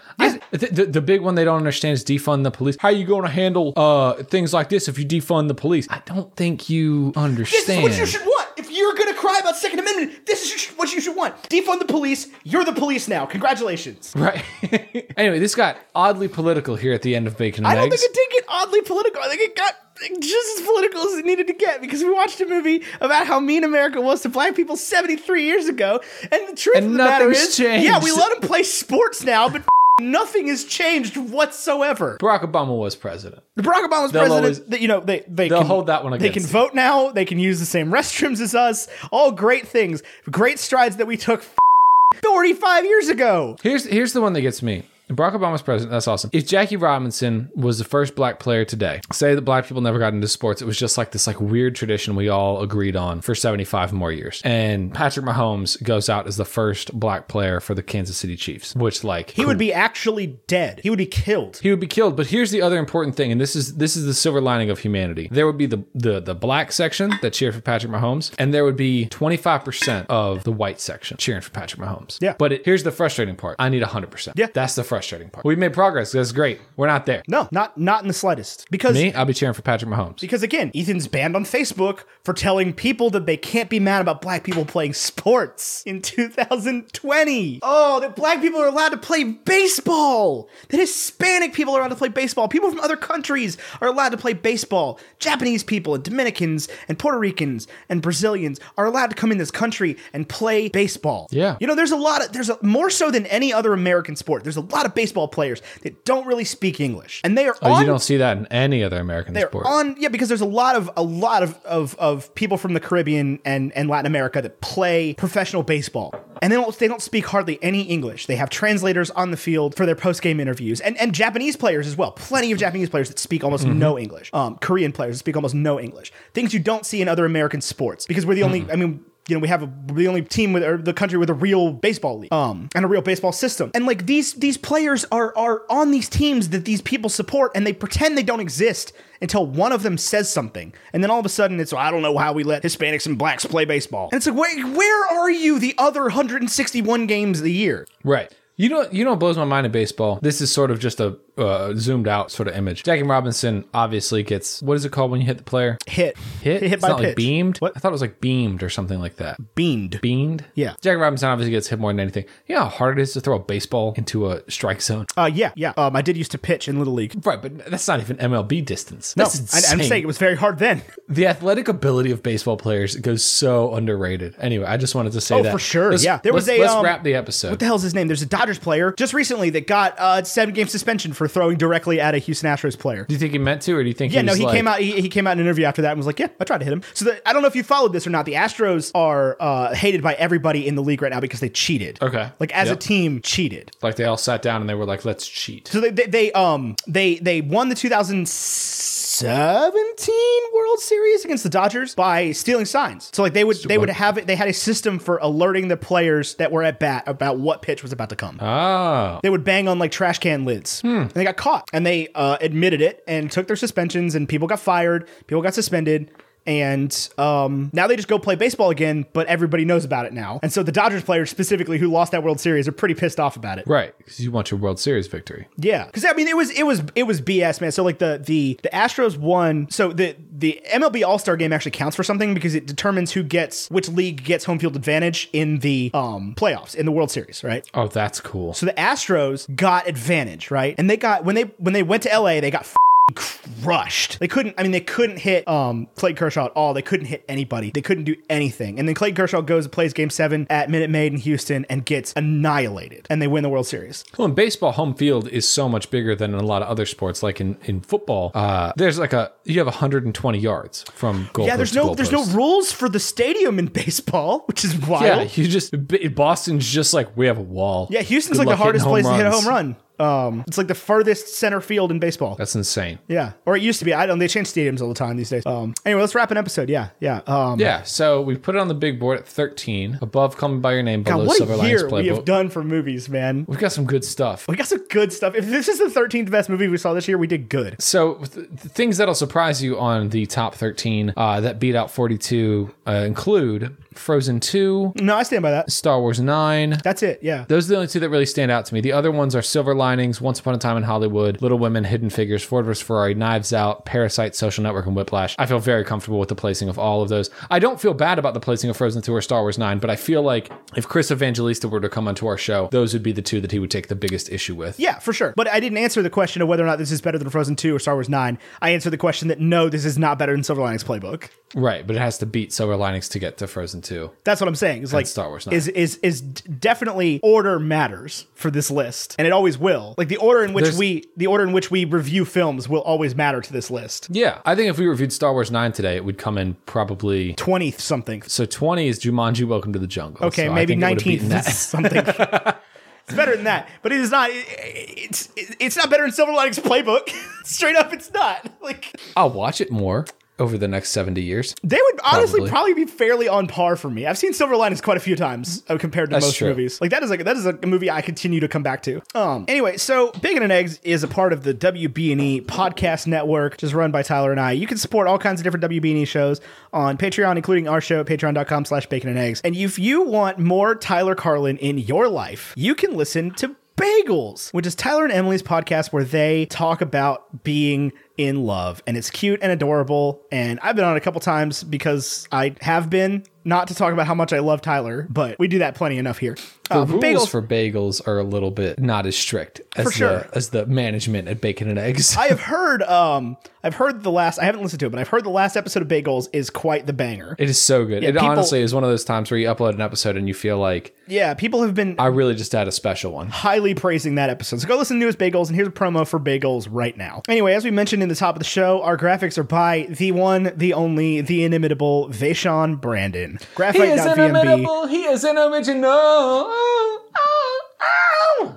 B: the, the, the big one they don't understand is defund the police. How are you going to handle uh things like this if you defund the police? I don't think you understand.
C: want. If you're gonna cry about Second Amendment, this is what you should want. Defund the police. You're the police now. Congratulations.
B: <laughs> right. <laughs> anyway, this got oddly political here at the end of Bacon
C: I
B: and
C: don't
B: Eggs.
C: think it did get oddly political. I think it got just as political as it needed to get because we watched a movie about how mean America was to black people 73 years ago. And the truth
B: And
C: of the matter
B: nothing's
C: is,
B: changed.
C: yeah, we let them play sports now, but <laughs> nothing has changed whatsoever.
B: Barack Obama was president.
C: Barack Obama's
B: They'll
C: president,
B: always-
C: that, you know, they, they
B: they'll
C: can,
B: hold that one
C: They
B: against
C: can
B: you.
C: vote now. They can use the same restrooms as us. All great things. Great strides that we took <laughs> 45 years ago.
B: Here's here's the one that gets me. Barack Obama's president. That's awesome. If Jackie Robinson was the first black player today, say that black people never got into sports, it was just like this like weird tradition we all agreed on for 75 more years. And Patrick Mahomes goes out as the first black player for the Kansas City Chiefs, which like
C: He would be actually dead. He would be killed.
B: he would be killed. But here's the other important thing, and this is this is the silver lining of humanity. There would be the the, the black section that cheered for Patrick Mahomes, and there would be 25% of the white section cheering for Patrick Mahomes.
C: Yeah.
B: But it, here's the frustrating part. I need 100%.
C: Yeah.
B: That's the frustrating part. We've made progress. That's great. We're not there.
C: No, not not in the slightest. Because
B: Me, I'll be cheering for Patrick Mahomes.
C: Because again, Ethan's banned on Facebook for telling people that they can't be mad about black people playing sports in 2020. Oh, that black people are allowed to play baseball. That Hispanic people are allowed to play baseball. People from other countries are allowed to play baseball. Japanese people and Dominicans and Puerto Ricans and Brazilians are allowed to come in this country and play baseball.
B: Yeah.
C: You know, there's a lot of, there's a, more so than any other American sport, there's a lot of baseball players that don't really speak English. And they are
B: Oh,
C: on
B: you don't see that in any other American
C: they're
B: sport.
C: on yeah because there's a lot of a lot of, of of people from the Caribbean and and Latin America that play professional baseball and they don't they don't speak hardly any English. They have translators on the field for their post game interviews and and Japanese players as well. Plenty of Japanese players that speak almost no English. Um, Korean players that speak almost no English. Things you don't see in other American sports because we're the only I mean. You know, we have a, we're the only team with or the country with a real baseball league, um, and a real baseball system. And like these these players are are on these teams that these people support, and they pretend they don't exist until one of them says something, and then all of a sudden it's I don't know how we let Hispanics and blacks play baseball. And it's like, wait, where are you the other 161 games of the year?
B: Right. You know, you know what blows my mind in baseball? This is sort of just a, uh, zoomed out sort of image. Jackie Robinson obviously gets what is it called when you hit the player?
C: Hit.
B: Hit.
C: Hit
B: it's
C: by
B: not
C: pitch.
B: like beamed.
C: What?
B: I thought it was like beamed or something like that.
C: Beamed.
B: Beamed.
C: Yeah.
B: Jackie Robinson obviously gets hit more than anything. You know how hard it is to throw a baseball into a strike zone. <laughs>
C: Uh, yeah, yeah. Um, I did used to pitch in Little League.
B: Right, but that's not even MLB distance.
C: No,
B: That's
C: I, I'm
B: insane.
C: saying it was very hard then.
B: the athletic ability of baseball players goes so underrated. Anyway, I just wanted to say
C: Oh,
B: that
C: for sure,
B: Let's-
C: yeah. There was
B: let's-
C: a,
B: let's
C: um,
B: wrap the episode.
C: What the hell's his name? There's a Dodgers player just recently that got uh, seven game suspension for throwing directly at a Houston Astros player.
B: do you think he meant to, or do you think?
C: Yeah, no,
B: was
C: he
B: like-
C: came out. He, he came out in an interview after that and was like, "Yeah, I tried to hit him." So the, I don't know if you followed this or not. The Astros are uh, hated by everybody in the league right now because they cheated.
B: Okay.
C: like as
B: Yep.
C: a team, cheated.
B: Like they all sat down and they were like, "Let's
C: <laughs>
B: cheat."
C: So they, they, they um they they won the 2017 World Series against the Dodgers by stealing signs. So like they would they would have it. They had a system for alerting the players that were at bat about what pitch was about to come.
B: Oh,
C: They would bang on like trash can lids. And they got caught and they uh, admitted it and took their suspensions and people got fired, people got suspended. And um, now they just go play baseball again, but everybody knows about it now. And so the Dodgers players specifically who lost that World Series are pretty pissed off about it.
B: right, because you want your World Series victory.
C: Yeah, because I mean, it was it was it was BS, man. So like the the the Astros won. So the the MLB All Star Game actually counts for something because it determines who gets which league gets home field advantage in the um playoffs in the World Series, right?
B: Oh, that's cool.
C: So the Astros got advantage, right? And they got when they when they went to LA, they got f***ing crushed. They couldn't. I mean, they couldn't hit um Clayton Kershaw at all. They couldn't hit anybody. They couldn't do anything. And then Clayton Kershaw goes and plays Game Seven at Minute Maid in Houston and gets annihilated, and they win the World Series.
B: Well, in baseball, home field is so much bigger than in a lot of other sports. Like in in football, uh, there's like a you have 120 yards from goal.
C: Yeah, there's
B: post to
C: no
B: goal
C: there's no
B: post.
C: rules for the stadium in baseball, <laughs> which is wild.
B: Yeah,
C: Yeah,
B: you just B- Boston's just like we have a wall.
C: Houston's
B: Good
C: like the
B: luck hitting
C: hardest
B: home
C: place to hit a
B: runs.
C: home run. Um, it's like the furthest center field in baseball.
B: That's insane.
C: yeah, or it used to be. I don't. They change stadiums all the time these days. Um, anyway, let's wrap an episode. Yeah, yeah. Um,
B: Yeah, so we put it on the big board at 13. Above, call me by your name.
C: God,
B: below,
C: what
B: Silver
C: a
B: Linings
C: year we have
B: Playbook.
C: done for movies, man.
B: We've got some good stuff.
C: We got some good stuff. If this is the 13th best movie we saw this year, we did good.
B: So, th- th- things that'll surprise you on the top 13 uh, that beat out 42 uh, include Frozen 2,
C: No, I stand by that.
B: Star Wars 9.
C: That's it. Yeah.
B: Those are the only two that really stand out to me. The other ones are Silver Linings, Once Upon a Time in Hollywood, Little Women, Hidden Figures, Ford vs. Ferrari, Knives Out, Parasite, Social Network, and Whiplash. I feel very comfortable with the placing of all of those. I don't feel bad about the placing of Frozen 2 or Star Wars 9, but I feel like if Chris Evangelista were to come onto our show, those would be the two that he would take the biggest issue with.
C: Yeah, for sure. But I didn't answer the question of whether or not this is better than Frozen 2 or Star Wars 9. I answered the question that no, this is not better than Silver Linings Playbook.
B: Right, but it has to beat Silver Linings to get to Frozen 2.
C: That's what I'm saying. It's like
B: Star Wars now.
C: is is is d- definitely order matters for this list, and it always will. Like the order in which
B: There's-
C: we the order in which we review films will always matter to this list.
B: Yeah, I think if we reviewed Star Wars 9 today, it would come in probably.
C: Twenty something.
B: So 20 is Jumanji Welcome to the Jungle.
C: Okay,
B: So I
C: maybe
B: think it would have beaten
C: nineteenth
B: that.
C: <laughs>
B: <laughs>
C: something. it's better than that, but it is not. it- it's it- it's not better than Silver Linings Playbook. <laughs> Straight up, it's not. Like
B: I'll watch it more over the next 70 years.
C: they would honestly
B: Probably.
C: probably, be fairly on par for me. I've seen Silver Linings quite a few times uh, compared to most
B: true.
C: movies. Like that is like that is a movie I continue to come back to. Um. Anyway, so Bacon and Eggs is a part of the WB&E E podcast network, just run by Tyler and I. You can support all kinds of different WB&E E shows on Patreon, including our show at patreon.com slash bacon and eggs. And if you want more Tyler Carlin in your life, you can listen to Bagels, which is Tyler and Emily's podcast where they talk about being in love. And it's cute and adorable. And I've been on it a couple times because I have been, not to talk about how much I love Tyler, but we do that plenty enough here.
B: The
C: Uh,
B: rules
C: bagels.
B: for bagels are a little bit not as strict as
C: For sure.
B: the as the management at Bacon and Eggs.
C: I have heard, um, I've heard the last, I haven't listened to it, but I've heard the last episode of Bagels is quite the banger.
B: <laughs> it is so good. it
C: people-
B: honestly is one of those times where you upload an episode and you feel like
C: Yeah, people have been
B: I really just had a special one.
C: highly praising that episode. So go listen to his bagels, and here's a promo for bagels right now. Anyway, as we mentioned in the top of the show, our graphics are by the one, the only, the inimitable Vaishon Brandon. Graphite.vmb,
B: He is original.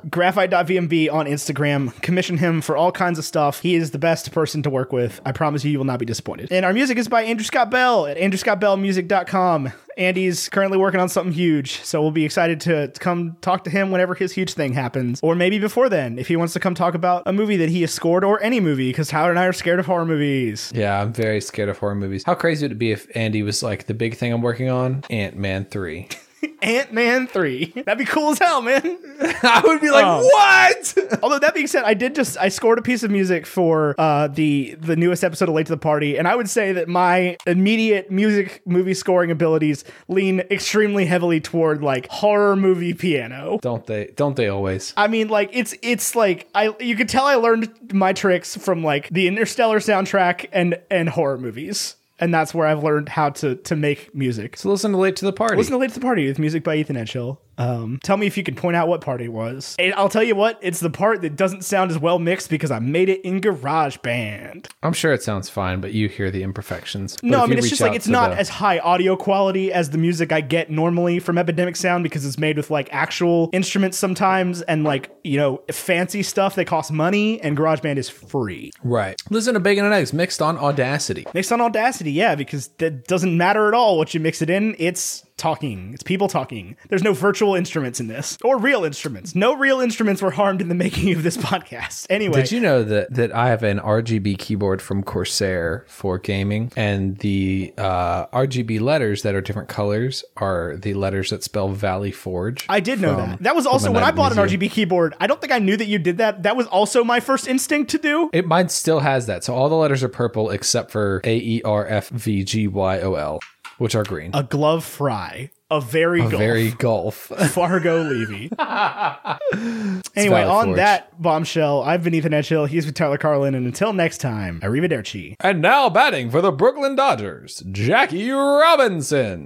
C: graphite.vmb on Instagram. Commission him for all kinds of stuff. He is the best person to work with. I promise you, you will not be disappointed. And our music is by Andrew Scott Bell at andrewscottbellmusic.com. Andy's currently working on something huge, so we'll be excited to to come talk to him whenever his huge thing happens, or maybe before then, if he wants to come talk about a movie that he has scored or any movie, because Howard and I are scared of horror movies.
B: Yeah, I'm very scared of horror movies. How crazy would it be if Andy was like the big thing I'm working on, Ant Man three. <laughs>
C: Ant Man 3. <laughs> That'd be cool as hell, man.
B: I would be like,
C: Oh.
B: what? <laughs>
C: Although that being said, I did just I scored a piece of music for uh, the the newest episode of Late to the Party, and I would say that my immediate music movie scoring abilities lean extremely heavily toward like horror movie piano.
B: don't they? Don't they always?
C: I mean, like it's it's like I you could tell I learned my tricks from like the Interstellar soundtrack and and horror movies, and that's where I've learned how to to make music.
B: So listen to late to the party.
C: Listen to Late to the Party with music by Ethan Edgehill. Um, tell me if you can point out what part it was. And I'll tell you what, it's the part that doesn't sound as well mixed because I made it in GarageBand.
B: I'm sure it sounds fine, but you hear the imperfections. But
C: No,
B: if
C: I mean,
B: you
C: it's
B: reach
C: just like
B: out
C: it's
B: to
C: not
B: the-
C: as high audio quality as the music I get normally from Epidemic Sound because it's made with like actual instruments sometimes and like, you know, fancy stuff that costs money and GarageBand is free.
B: right. Listen to Bacon and Eggs mixed on Audacity.
C: Mixed on Audacity, yeah, because that doesn't matter at all what you mix it in. It's talking. It's people talking. There's no virtual instruments in this or real instruments. No real instruments were harmed in the <laughs> making of this podcast. Anyway,
B: Did you know that that I have an RGB keyboard from Corsair for gaming, and the uh, RGB letters that are different colors are the letters that spell Valley Forge.
C: I did know
B: from-
C: that. That was also
B: from
C: when I
B: Anatomy
C: bought an
B: Zoo.
C: RGB keyboard. I don't think I knew that you did that. That was also my first instinct to do.
B: It mine still has that, so all the letters are purple except for A E R F V G Y O L, which are green.
C: A glove fry. A very golf.
B: Very golf.
C: <laughs>
B: <laughs>
C: Fargo Levy. anyway,
B: Valid
C: on
B: Forge.
C: that bombshell, I've been Ethan Edgehill. He's with Tyler Carlin. And until next time, arrivederci.
B: and now batting for the Brooklyn Dodgers, Jackie Robinson.